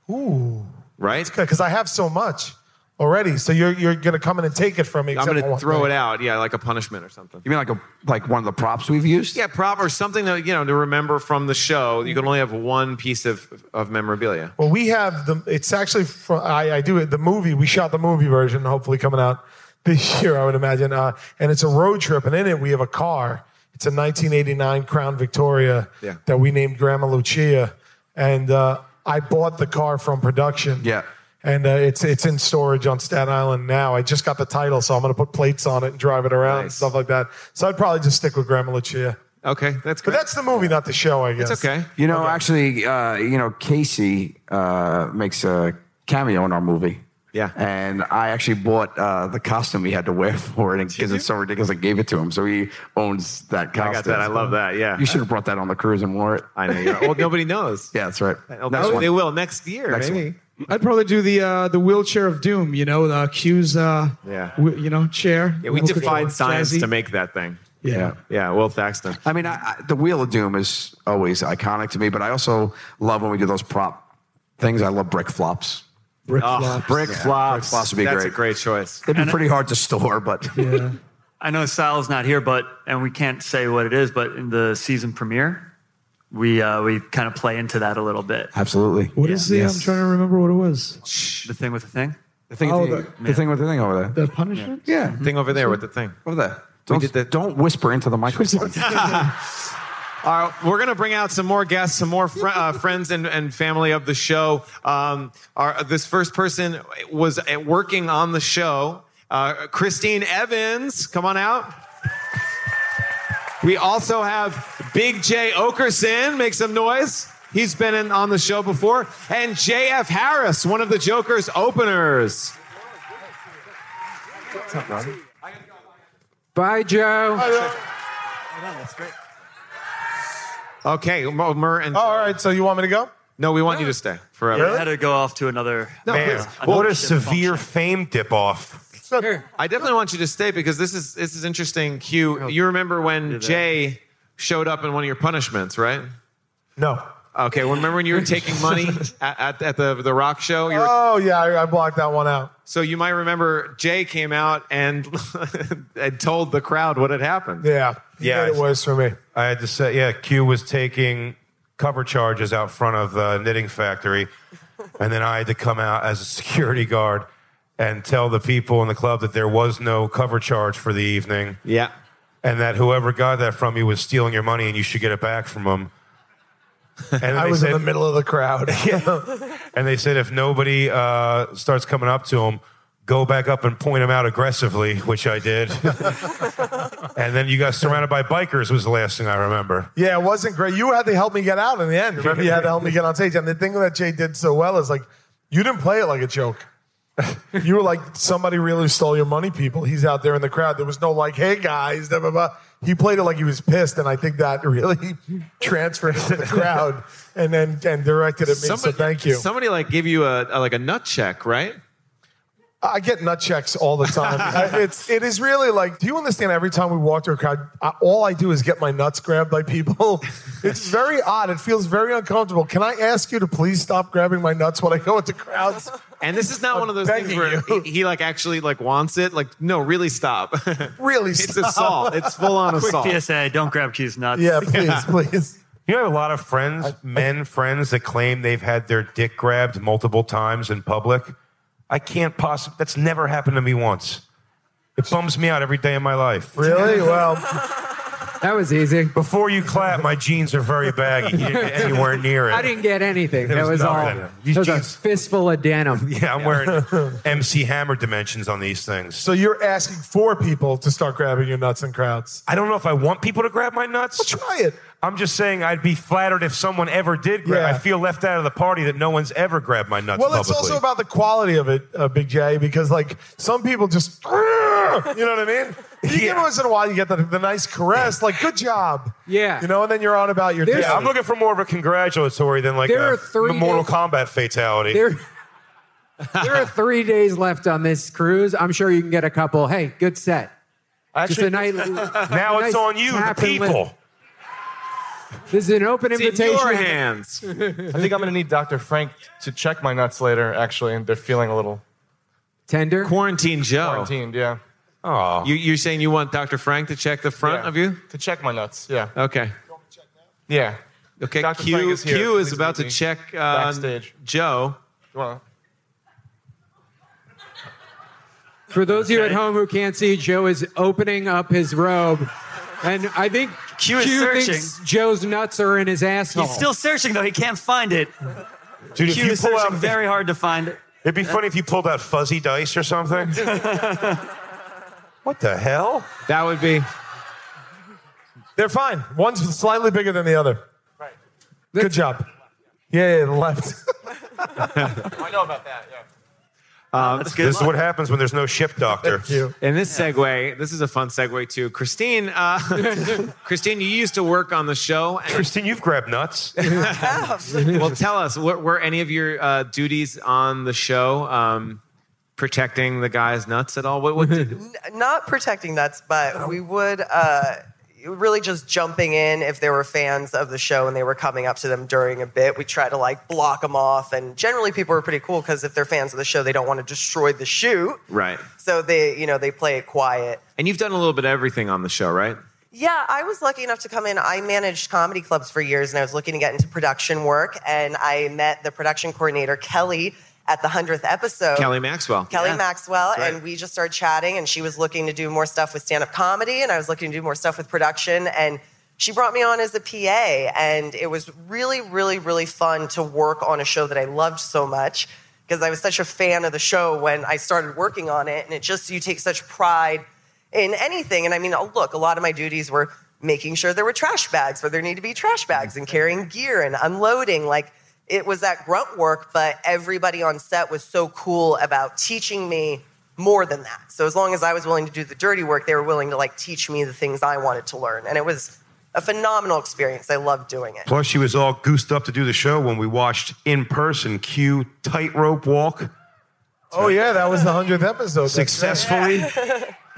e- Ooh, right? because I have so much already. So you're you're gonna come in and take it from me. I'm going to throw it out. Yeah, like a punishment or something. You mean like a like one of the props we've used? Yeah, prop or something that you know to remember from the show. Mm-hmm. You can only have one piece of of memorabilia. Well, we have the. It's actually from, I, I do it. The movie we shot the movie version, hopefully coming out this year, I would imagine. Uh, and it's a road trip, and in it we have a car. It's a 1989 Crown Victoria Yeah. that we named Grandma Lucia, and uh, I bought the car from production. Yeah. And uh, it's it's in storage on Staten Island now. I just got the title, so I'm going to put plates on it and drive it around and stuff like that. So I'd probably just stick with Grandma Lucia. Okay, Oh, that's But that's the movie, not the show, I guess. You know, actually, uh, you know, Casey uh, makes a cameo in our movie. Yeah. And I actually bought uh, the costume he had to wear for it because it's so ridiculous. I gave it to him. So he owns that costume. got that. I love that. Yeah. You should have brought that on the cruise and wore it. I know. You're, well, nobody knows. Yeah, that's right. Next They one. will next year, Next maybe. one. I'd probably do the uh, the wheelchair of doom, you know, the Q's, uh, Yeah. w- you know, chair. Yeah, we remote control, defied science jazzy. to make that thing. Yeah. Yeah. Yeah, Will Thaxton. I mean, I, I, the Wheel of Doom is always iconic to me, but I also love when we do those prop things. I love brick flops. Brick Oh, flops. Brick Yeah, flops. brick flops would be That's great. a great choice. It'd be pretty hard to store, but Yeah. I know Sal's not here, but and we can't say what it is, but in the season premiere, we uh, we kind of play into that a little bit. absolutely. What is the? I'm trying to remember what it was. The thing with the thing. The thing, Oh, the, the- the thing with the thing over there. The punishment. uh, Yeah. Thing over there with the thing. Over there. Don't, don't whisper into the microphone. All right, we're going to bring out some more guests, some more fr- uh, friends and, and family of the show. Um, our, this first person was uh, working on the show, uh, Christine Evans. Come on out. We also have Big J Okerson. Make some noise. He's been in, on the show before. And J.F. Harris, one of the Joker's openers. Bye, Joe. Okay, Mo- Mur and Oh, all right. So you want me to go? No, we want you to stay forever. I had to go off to another. Man, another what a ship severe fame dip off. I definitely want you to stay because this is this is interesting. Q, you remember when Jay showed up in one of your punishments, right? No. Okay, well, remember when you were taking money at, at, at the the rock show? You were- Oh yeah, I, I blocked that one out. so you might remember Jay came out and and told the crowd what had happened. Yeah. Yeah, it was for me. I had to say, yeah, Q was taking cover charges out front of the knitting factory, and then I had to come out as a security guard and tell the people in the club that there was no cover charge for the evening. Yeah. And that whoever got that from you was stealing your money, and you should get it back from them. And then I they was in said- the middle of the crowd. and they said if nobody uh, starts coming up to him, go back up and point them out aggressively, which I did. and then you got surrounded by bikers was the last thing I remember. Yeah, it wasn't great. You had to help me get out in the end. Remember, you had to help me get on stage. And the thing that Jay did so well is like, you didn't play it like a joke. you were like, somebody really stole your money, people. He's out there in the crowd. There was no like, hey guys, blah, blah, blah. He played it like he was pissed, and I think that really transferred to the crowd and then and directed at me. so thank you. Somebody like give you a, a- like a nut check, right? I get nut checks all the time. I- it's it is really like. Do you understand? Every time we walk through a crowd, I, all I do is get my nuts grabbed by people. It's very odd. It feels very uncomfortable. Can I ask you to please stop grabbing my nuts when I go into crowds? And this is not one of those things where he, he, like actually like wants it. Like, no, really stop. really it's stop. assault. It's full on Quick assault. PSA: Don't grab Q's nuts. Yeah, please, please. You have a lot of friends, men friends, that claim they've had their dick grabbed multiple times in public. I can't possibly. That's never happened to me once. It bums me out every day of my life. Really? Well, that was easy. Before you clap, my jeans are very baggy. You didn't get anywhere near it. I didn't get anything. It That was was, all. nothing. It was a fistful of denim. Yeah, I'm wearing MC Hammer dimensions on these things. So you're asking for people to start grabbing your nuts in crowds. I don't know if I want people to grab my nuts. Well, try it. I'm just saying I'd be flattered if someone ever did grab. Yeah. I feel left out of the party that no one's ever grabbed my nuts well, publicly. it's also about the quality of it, uh, Big J, because like some people just, you know what I mean? You get once in a while, you get the, the nice caress, like good job. Yeah. You know, and then you're on about your. yeah, I'm looking for more of a congratulatory than like There a are three Mortal days- Kombat fatality. There, there are three days left on this cruise. I'm sure you can get a couple. Hey, good set. Actually, Just a night, now a nice it's on you, the tap and lick. people. This is an open It's in invitation. your hands. I think I'm going to need Dr. Frank to check my nuts later, actually, and they're feeling a little tender. Quarantine Joe. quarantined, yeah. Oh. You, you're saying you want Dr. Frank to check the front Yeah. of you? To check my nuts, yeah. Okay. Yeah. Okay. Dr. Q Frank is, is here. Q is Please about meet to me check uh, backstage. Joe. For those of you at home who can't see, Joe is opening up his robe. And I think Q Q, is thinks searching. Joe's nuts are in his asshole. He's still searching though. He can't find it. Dude, if Q you is pull searching out- very hard to find it. It'd be funny if you pulled out fuzzy dice or something. what the hell? That would be. They're fine. One's slightly bigger than the other. Right. Good job. Yeah, yeah, the left. I know about that, yeah. Ah, Um, this is what happens when there's no ship doctor. In this segue, this is a fun segue too. Christine, uh, Christine, you used to work on the show. Christine, you've grabbed nuts. well, tell us, were, were any of your uh, duties on the show um, protecting the guy's nuts at all? What, what did, not protecting nuts, but we would uh, really just jumping in if there were fans of the show and they were coming up to them during a bit. We try to like block them off, and generally people are pretty cool because if they're fans of the show, they don't want to destroy the shoot, right. so they you know they play it quiet. And you've done a little bit of everything on the show, right? Yeah, I was lucky enough to come in. I managed comedy clubs for years and I was looking to get into production work. And I met the production coordinator, Kelly, at the 100th episode. Kelly Maxwell. Kelly Yeah. Maxwell. That's right. And we just started chatting. And she was looking to do more stuff with stand up comedy. And I was looking to do more stuff with production. And she brought me on as a PA. And it was really, really, really fun to work on a show that I loved so much because I was such a fan of the show when I started working on it. And it just, you take such pride in anything. And I mean, oh, look, a lot of my duties were making sure there were trash bags where there need to be trash bags and carrying gear and unloading. Like it was that grunt work, but everybody on set was so cool about teaching me more than that. So as long as I was willing to do the dirty work, they were willing to like teach me the things I wanted to learn. And it was a phenomenal experience. I loved doing it. Plus, she was all goosed up to do the show when we watched in person Q tightrope walk Oh yeah, that was the hundredth episode. That's right. successfully.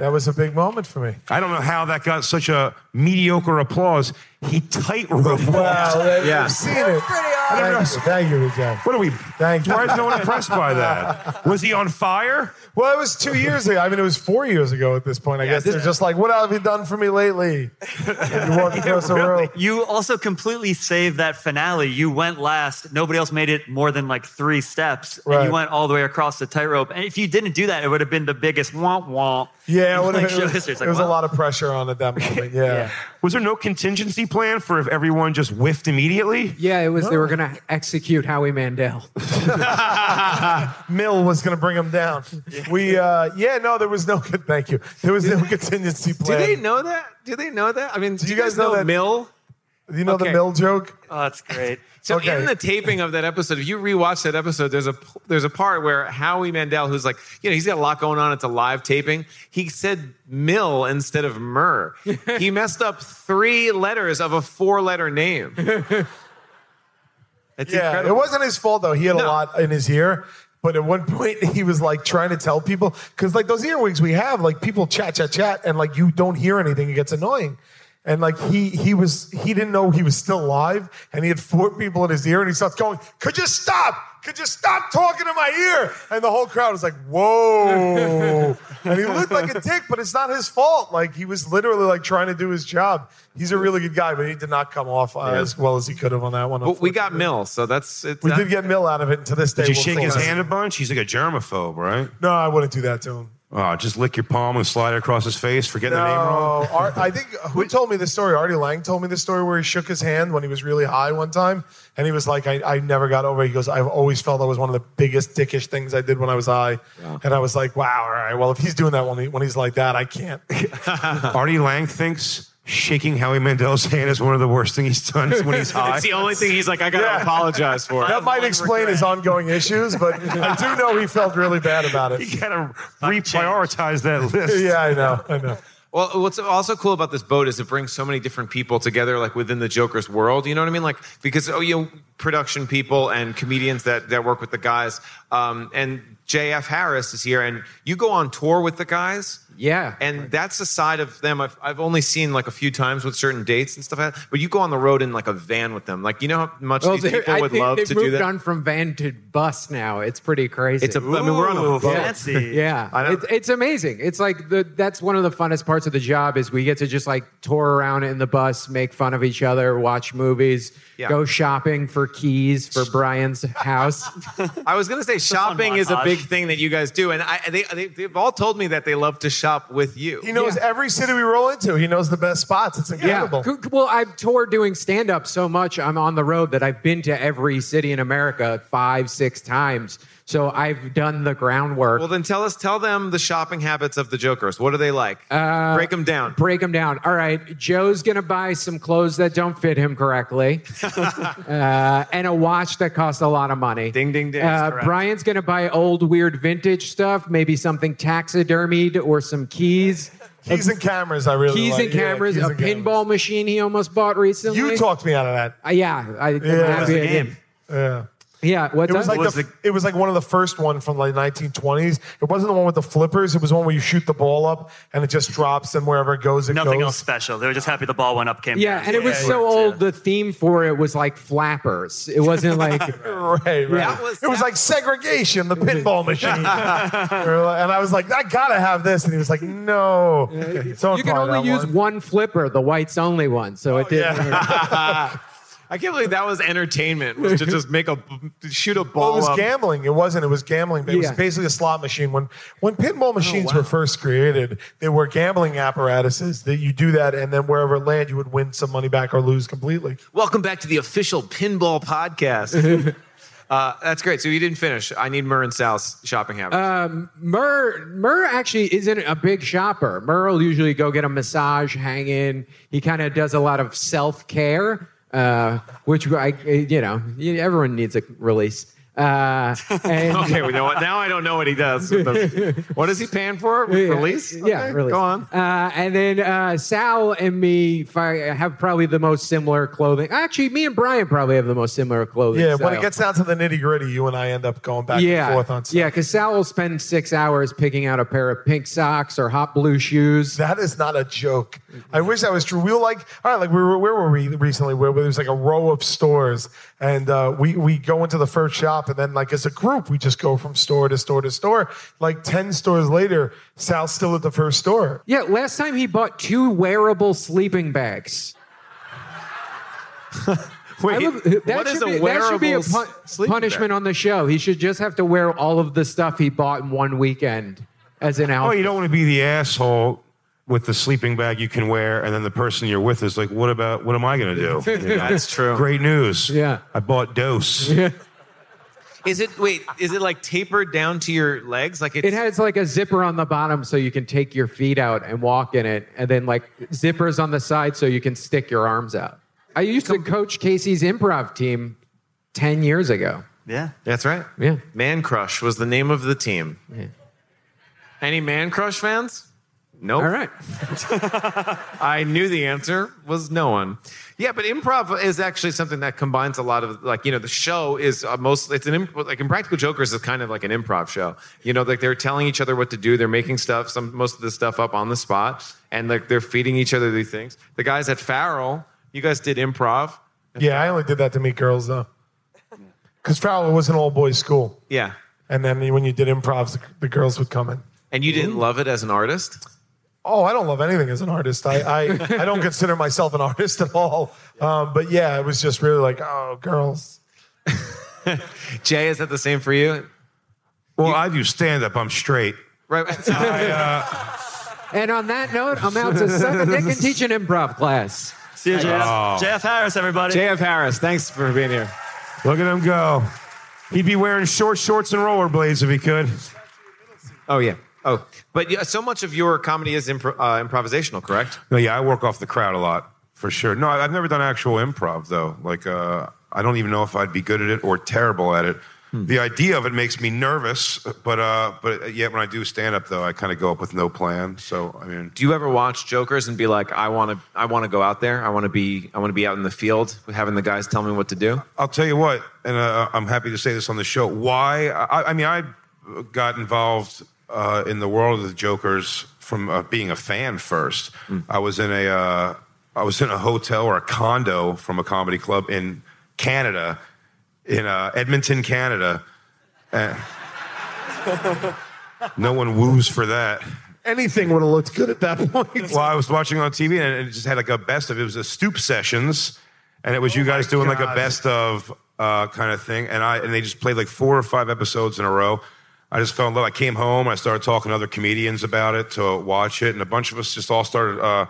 That was a big moment for me. I don't know how that got such a mediocre applause. He tightrope walked. Wow, yeah. you've seen it. I never know- Thank you, Thank you again. What are we? Thank you. Why is no one impressed by that? Was he on fire? Well, it was two years ago. I mean, it was four years ago at this point. I guess this- they're just like, "What have you done for me lately?" And you walk across the room. You also completely saved that finale. You went last. Nobody else made it more than like three steps. And Right. you went all the way across the tightrope. And if you didn't do that, it would have been the biggest womp womp. Yeah, it, in, would like, have show it was, history. It's it like, was a wow. lot of pressure on at that moment. Yeah. Was there no contingency plan for if everyone just whiffed immediately? Yeah, it was they were gonna execute Howie Mandel. Mill was going to bring him down. We, uh, yeah, no, there was no good. Thank you. There was no contingency Do plan. they know that? Do they know that? I mean, do, you guys know that- Mill? Do you know the Okay. Mill joke? Oh, that's great. So Okay. in the taping of that episode, if you rewatch that episode, there's a there's a part where Howie Mandel, who's like, you know, he's got a lot going on. It's a live taping. He said Mill instead of Myrrh. he messed up three letters of a four letter name. It's yeah, incredible. it wasn't his fault though. He had a lot in his ear. But at one point, he was like trying to tell people because like those earwigs we have, like people chat, chat, chat, and like you don't hear anything. It gets annoying. And like he he was he didn't know he was still alive, and he had four people in his ear, and he starts going, "Could you stop? Could you stop talking in my ear?" And the whole crowd was like, "Whoa!" and he looked like a dick, but it's not his fault. Like he was literally like trying to do his job. He's a really good guy, but he did not come off uh, Yeah. as well as he could have on that one. But we got Mill, so that's it's We not- did get Mill out of it, and to this day, Did you we'll shake still his have- hand a bunch? He's like a germaphobe, right? No, I wouldn't do that to him. Oh, just lick your palm and slide it across his face, forget no, the name wrong. Ar- I think who told me this story? Artie Lang told me this story where he shook his hand when he was really high one time, and he was like, "I, I never got over." it. He goes, "I've always felt that was one of the biggest dickish things I did when I was high," and I was like, "Wow, all right. Well, if he's doing that when, he, when he's like that, I can't." Artie Lang thinks shaking Howie Mandel's hand is one of the worst things he's done when he's high. It's the only thing he's like, I gotta Yeah. apologize for. that might explain his ongoing issues, but I do know he felt really bad about it. You gotta reprioritize that list. yeah, I know. I know. Well, what's also cool about this boat is it brings so many different people together, like within the Joker's world. You know what I mean? Like because oh, you know, production people and comedians that that work with the guys. Um, and J.F. Harris is here, and you go on tour with the guys. Yeah. And that's the side of them I've, I've only seen like a few times with certain dates and stuff like that. But you go on the road in like a van with them. Like, you know how much Well, these they're- people I would think love they've to moved do that? on from van to bus now. It's pretty crazy. It's a- I mean, we're on a Ooh, boat. fancy. yeah, I know. it's, it's amazing. It's like the that's one of the funnest parts of the job is we get to just like tour around in the bus, make fun of each other, watch movies, Yeah. go shopping for keys for Brian's house. I was gonna say shopping is a montage. big thing that you guys do, and I, they, they they've all told me that they love to shop with you. He knows every city we roll into. He knows the best spots. It's incredible. C- c- Well, I've toured doing stand up so much. I'm on the road that I've been to every city in America five, six times. So I've done the groundwork. Well, then tell us, tell them the shopping habits of the Jokers. What are they like? Uh, Break them down. Break them down. All right. Joe's going to buy some clothes that don't fit him correctly uh, and a watch that costs a lot of money. Ding, ding, ding. Uh, Correct. Brian's going to buy old, weird vintage stuff, maybe something taxidermied or some keys. Keys and cameras, I really Keys like. and Yeah, cameras, keys a and pinball machine he almost bought recently. You talked me out of that. Uh, yeah, I, Yeah. am happy I did. Yeah. Yeah, what's it was that? like the, it was like one of the first one from like 1920s. It wasn't the one with the flippers. It was one where you shoot the ball up and it just drops and wherever it goes, it Nothing goes. else special. They were just happy the ball went up, came yeah, down. and it was so old. The theme for it was like flappers. It wasn't like right, right. Yeah. it was like segregation, the pinball machine. and I was like, I gotta have this, and he was like, No. Someone you can borrowed only that use one. Oh, one. flipper, the whites only one. So it didn't. I can't believe that was entertainment. Was to just make a shoot a Well, ball. it was up. gambling. It wasn't. It was gambling. But It was Yeah. Oh, basically a slot machine. When when pinball machines were first created, they were gambling apparatuses that you do that, and then wherever it land, you would win some money back or lose completely. Welcome back to the official pinball podcast. uh, that's great. So you didn't finish. I need Murr and Sal's shopping habits. Um, Murr, Murr actually isn't a big shopper. Murr will usually go get a massage, hang in. He kind of does a lot of self care, uh, which I, you know, everyone needs a release. Uh, and okay, we know what. Now I don't know what he does. with the- what is he paying for? Release? Yeah, Okay, release. Go on. Uh, and then uh, Sal and me fi- have probably the most similar clothing. Actually, me and Brian probably have the most similar clothing. Yeah, when it style. gets down to the nitty gritty, you and I end up going back yeah, and forth on. yeah, because Sal will spend six hours picking out a pair of pink socks or hot blue shoes. That is not a joke. I Mm-hmm. wish that was true. We were like, all right, like we were, where were we recently? Where, there was like a row of stores, and uh, we we go into the first shop, and then like as a group, we just go from store to store to store. Like ten stores later, Sal's still at the first store. Yeah, last time he bought two wearable sleeping bags. Wait, I that what should is a be- that should be a wearable pun- s- sleeping punishment on the show. He should just have to wear all of the stuff he bought in one weekend as an Oh, outfit. you don't want to be the asshole with the sleeping bag you can wear, and then the person you're with is like, "What about? What am I going to do?" That's true. Great news. Yeah, I bought dose. Is it wait? Is it like tapered down to your legs? Like it's, It has like a zipper on the bottom so you can take your feet out and walk in it, and then like zippers on the side so you can stick your arms out. I used to coach Casey's improv team 10 years ago. Yeah. That's right. Yeah. Man Crush was the name of the team. Yeah. Any Man Crush fans? Nope. All right. I knew the answer was no one. Yeah, but improv is actually something that combines a lot of like you know the show is uh, most it's an imp- like Impractical Jokers is kind of like an improv show. You know, like they're telling each other what to do. They're making stuff some most of the stuff up on the spot, and like they're feeding each other these things. The guys at Farrell, you guys did improv. Yeah, I only did that to meet girls though, because Fowler was an all boys school, Yeah, and then when you did improvs, the, the girls would come in. and you didn't love it as an artist. Oh, I don't love anything as an artist. I I, I don't consider myself an artist at all. Um, but yeah, it was just really like, oh, girls. Jay, is that the same for you? Well, I do stand up. I'm straight. Right. uh, And on that note, I'm out to suck a dick and teach an improv class. See you, JF. JF Harris, everybody. JF Oh. Harris, thanks for being here. Look at him go. He'd be wearing short shorts and rollerblades if he could. Oh yeah. Oh, but yeah, so much of your comedy is impro- uh, improvisational, correct? No, yeah, I work off the crowd a lot for sure. No, I- I've never done actual improv though. Like, uh, I don't even know if I'd be good at it or terrible at it. The idea of it makes me nervous, but uh, but yet when I do stand up though, I kind of go up with no plan. So I mean, Do you ever watch Jokers and be like, I want to, I want to go out there. I want to be, I want to be out in the field, having the guys tell me what to do. I'll tell you what, and uh, I'm happy to say this on the show. Why? I, I mean, I got involved uh, in the world of the Jokers from uh, being a fan first. I was in a uh, I was in a hotel or a condo from a comedy club in Canada, in uh, Edmonton, Canada. Uh, no one woos for that. Anything would have looked good at that point. Well, I was watching on TV and it just had like a best of. It was a Stoop Sessions, and it was you guys doing like a God. best of uh, kind of thing. And I and they just played like four or five episodes in a row. I just fell in love. I came home. I started talking to other comedians about it to watch it, and a bunch of us just all started uh,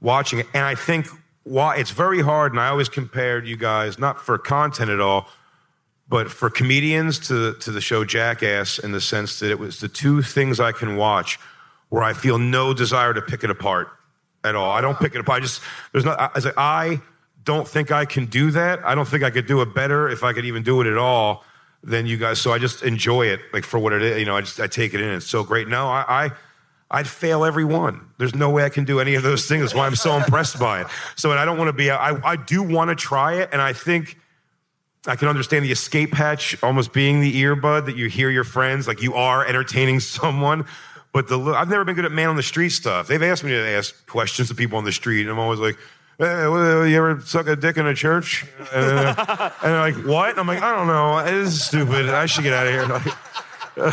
watching it. And I think why it's very hard. And I always compared you guys not for content at all, but for comedians to to the show Jackass in the sense that it was the two things I can watch where I feel no desire to pick it apart at all. I don't pick it apart. I just there's not. I, I, was like, I don't think I can do that. I don't think I could do it better if I could even do it at all than you guys. So I just enjoy it like for what it is. You know, I just I take it in. It's so great. No, I. I I'd fail every one. There's no way I can do any of those things. That's why I'm so impressed by it. So, and I don't want to be, I, I do want to try it. And I think I can understand the escape hatch almost being the earbud that you hear your friends, like you are entertaining someone. But the look- I've never been good at man on the street stuff. They've asked me to ask questions to people on the street, and I'm always like, hey, well, you ever suck a dick in a church? And, they're- and they're like, what? And I'm like, I don't know. This is stupid. I should get out of here. Like,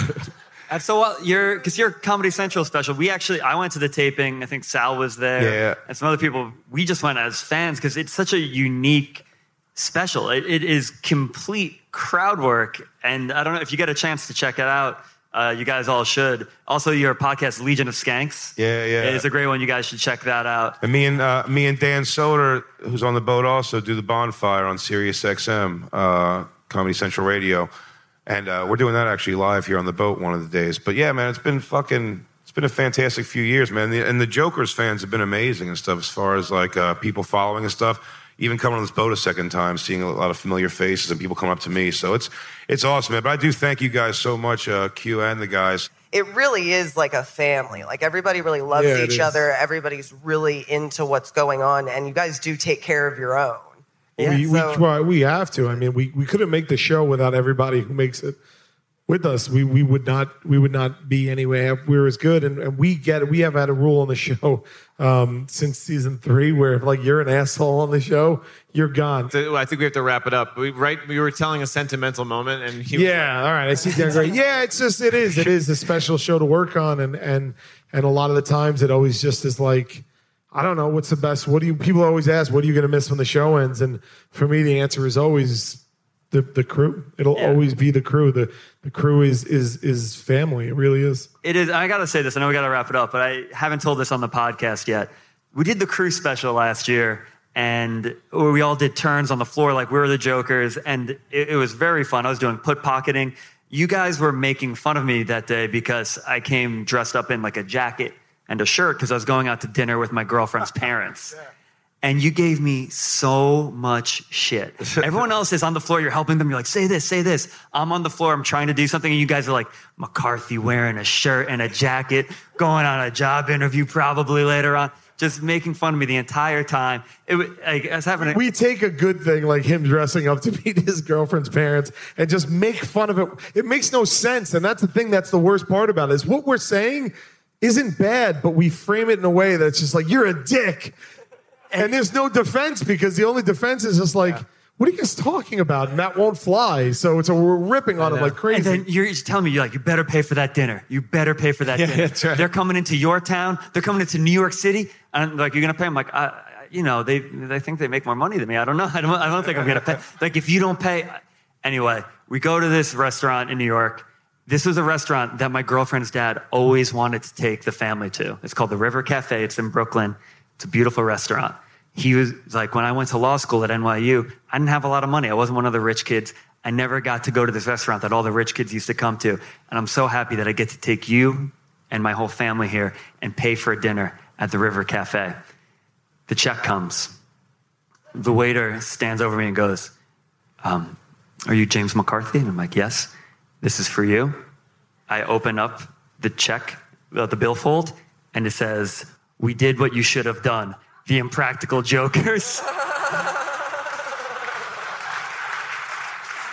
And so uh, while you're, because you're Comedy Central special, we actually, I went to the taping. I think Sal was there. Yeah. And some other people, we just went as fans because it's such a unique special. It, it is complete crowd work. And I don't know if you get a chance to check it out, uh, you guys all should. Also, your podcast, Legion of Skanks. Yeah, yeah. Is a great one. You guys should check that out. And me and uh, me and Dan Soder, who's on the boat, also do the bonfire on Sirius XM, uh, Comedy Central Radio, and uh, we're doing that actually live here on the boat one of the days. But yeah, man, it's been fucking, it's been a fantastic few years, man. And the, and the Joker's fans have been amazing and stuff as far as like uh, people following and stuff. Even coming on this boat a second time, seeing a lot of familiar faces and people come up to me, so it's it's awesome, man. But I do thank you guys so much, uh, Q and the guys. it really is like a family. Like everybody really loves Yeah, it each is. other. Everybody's really into what's going on, and you guys do take care of your own. Yeah, we, so- we, well, we have to. I mean, we, we couldn't make the show without everybody who makes it with us. We we would not we would not be anyway. We're as good, and, and we get we have had a rule on the show um, since season three where if like you're an asshole on the show, you're gone. So I think we have to wrap it up. We right, we were telling a sentimental moment, and he was yeah, all right. I see Dan Gray. Yeah, it's just it is. It is a special show to work on, and and and a lot of the times it always just is like, I don't know what's the best. What do you people always ask? What are you going to miss when the show ends? And for me, the answer is always the, the crew. It'll always be the crew. The the crew is is is family. It really is. It is. I gotta say this. I know we gotta wrap it up, but I haven't told this on the podcast yet. We did the crew special last year, and we all did turns on the floor like we were the jokers, and it, it was very fun. I was doing put pocketing. You guys were making fun of me that day because I came dressed up in like a jacket and a shirt because I was going out to dinner with my girlfriend's parents. And you gave me so much shit. Everyone else is on the floor. You're helping them. You're like, say this, say this. I'm on the floor. I'm trying to do something. And you guys are like, McCarthy wearing a shirt and a jacket, going on a job interview probably later on, just making fun of me the entire time. It was, like, I was having a, We take a good thing like him dressing up to meet his girlfriend's parents and just make fun of it. It makes no sense, and that's the thing. That's the worst part about it is what we're saying isn't bad, but we frame it in a way that's just like you're a dick, and there's no defense because the only defense is just like. What are you guys talking about? And that won't fly. So it's a, we're ripping on him like crazy. And then you're just telling me, you're like, you better pay for that dinner. You better pay for that Yeah, dinner. that's right. They're coming into your town. They're coming into New York City. And I'm like, you're going to pay? I'm like, I, I- you know, they, they think they make more money than me. I don't know. I don't, I don't think I'm going to pay. Like, if you don't pay. Anyway, we go to this restaurant in New York. This was a restaurant that my girlfriend's dad always wanted to take the family to. It's called the River Cafe. It's in Brooklyn. It's a beautiful restaurant. He was like, when I went to law school at NYU, I didn't have a lot of money. I wasn't one of the rich kids. I never got to go to this restaurant that all the rich kids used to come to. And I'm so happy that I get to take you and my whole family here and pay for a dinner at the River Cafe. The check comes. The waiter stands over me and goes, um, Are you James McCarthy? And I'm like, Yes, this is for you. I open up the check, uh, the billfold, and it says, We did what you should have done. The impractical jokers.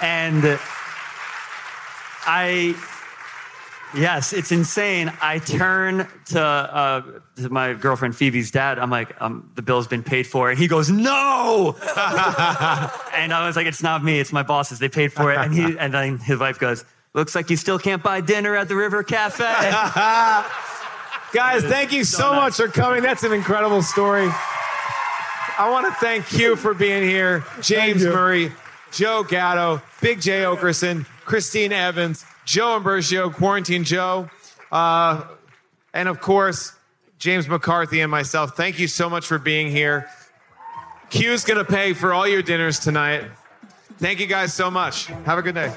and I, yes, it's insane. I turn to, uh, to my girlfriend Phoebe's dad. I'm like, um, the bill's been paid for. And he goes, no. and I was like, it's not me. It's my bosses. They paid for it. And, he, and then his wife goes, looks like you still can't buy dinner at the River Cafe. Guys, thank you so much for coming. That's an incredible story. I want to thank you for being here, James Murray, Joe Gatto, Big J Okerson, Christine Evans, Joe Ambrosio, Quarantine Joe, uh, and of course, James McCarthy and myself. Thank you so much for being here. Q's going to pay for all your dinners tonight. Thank you guys so much. Have a good day.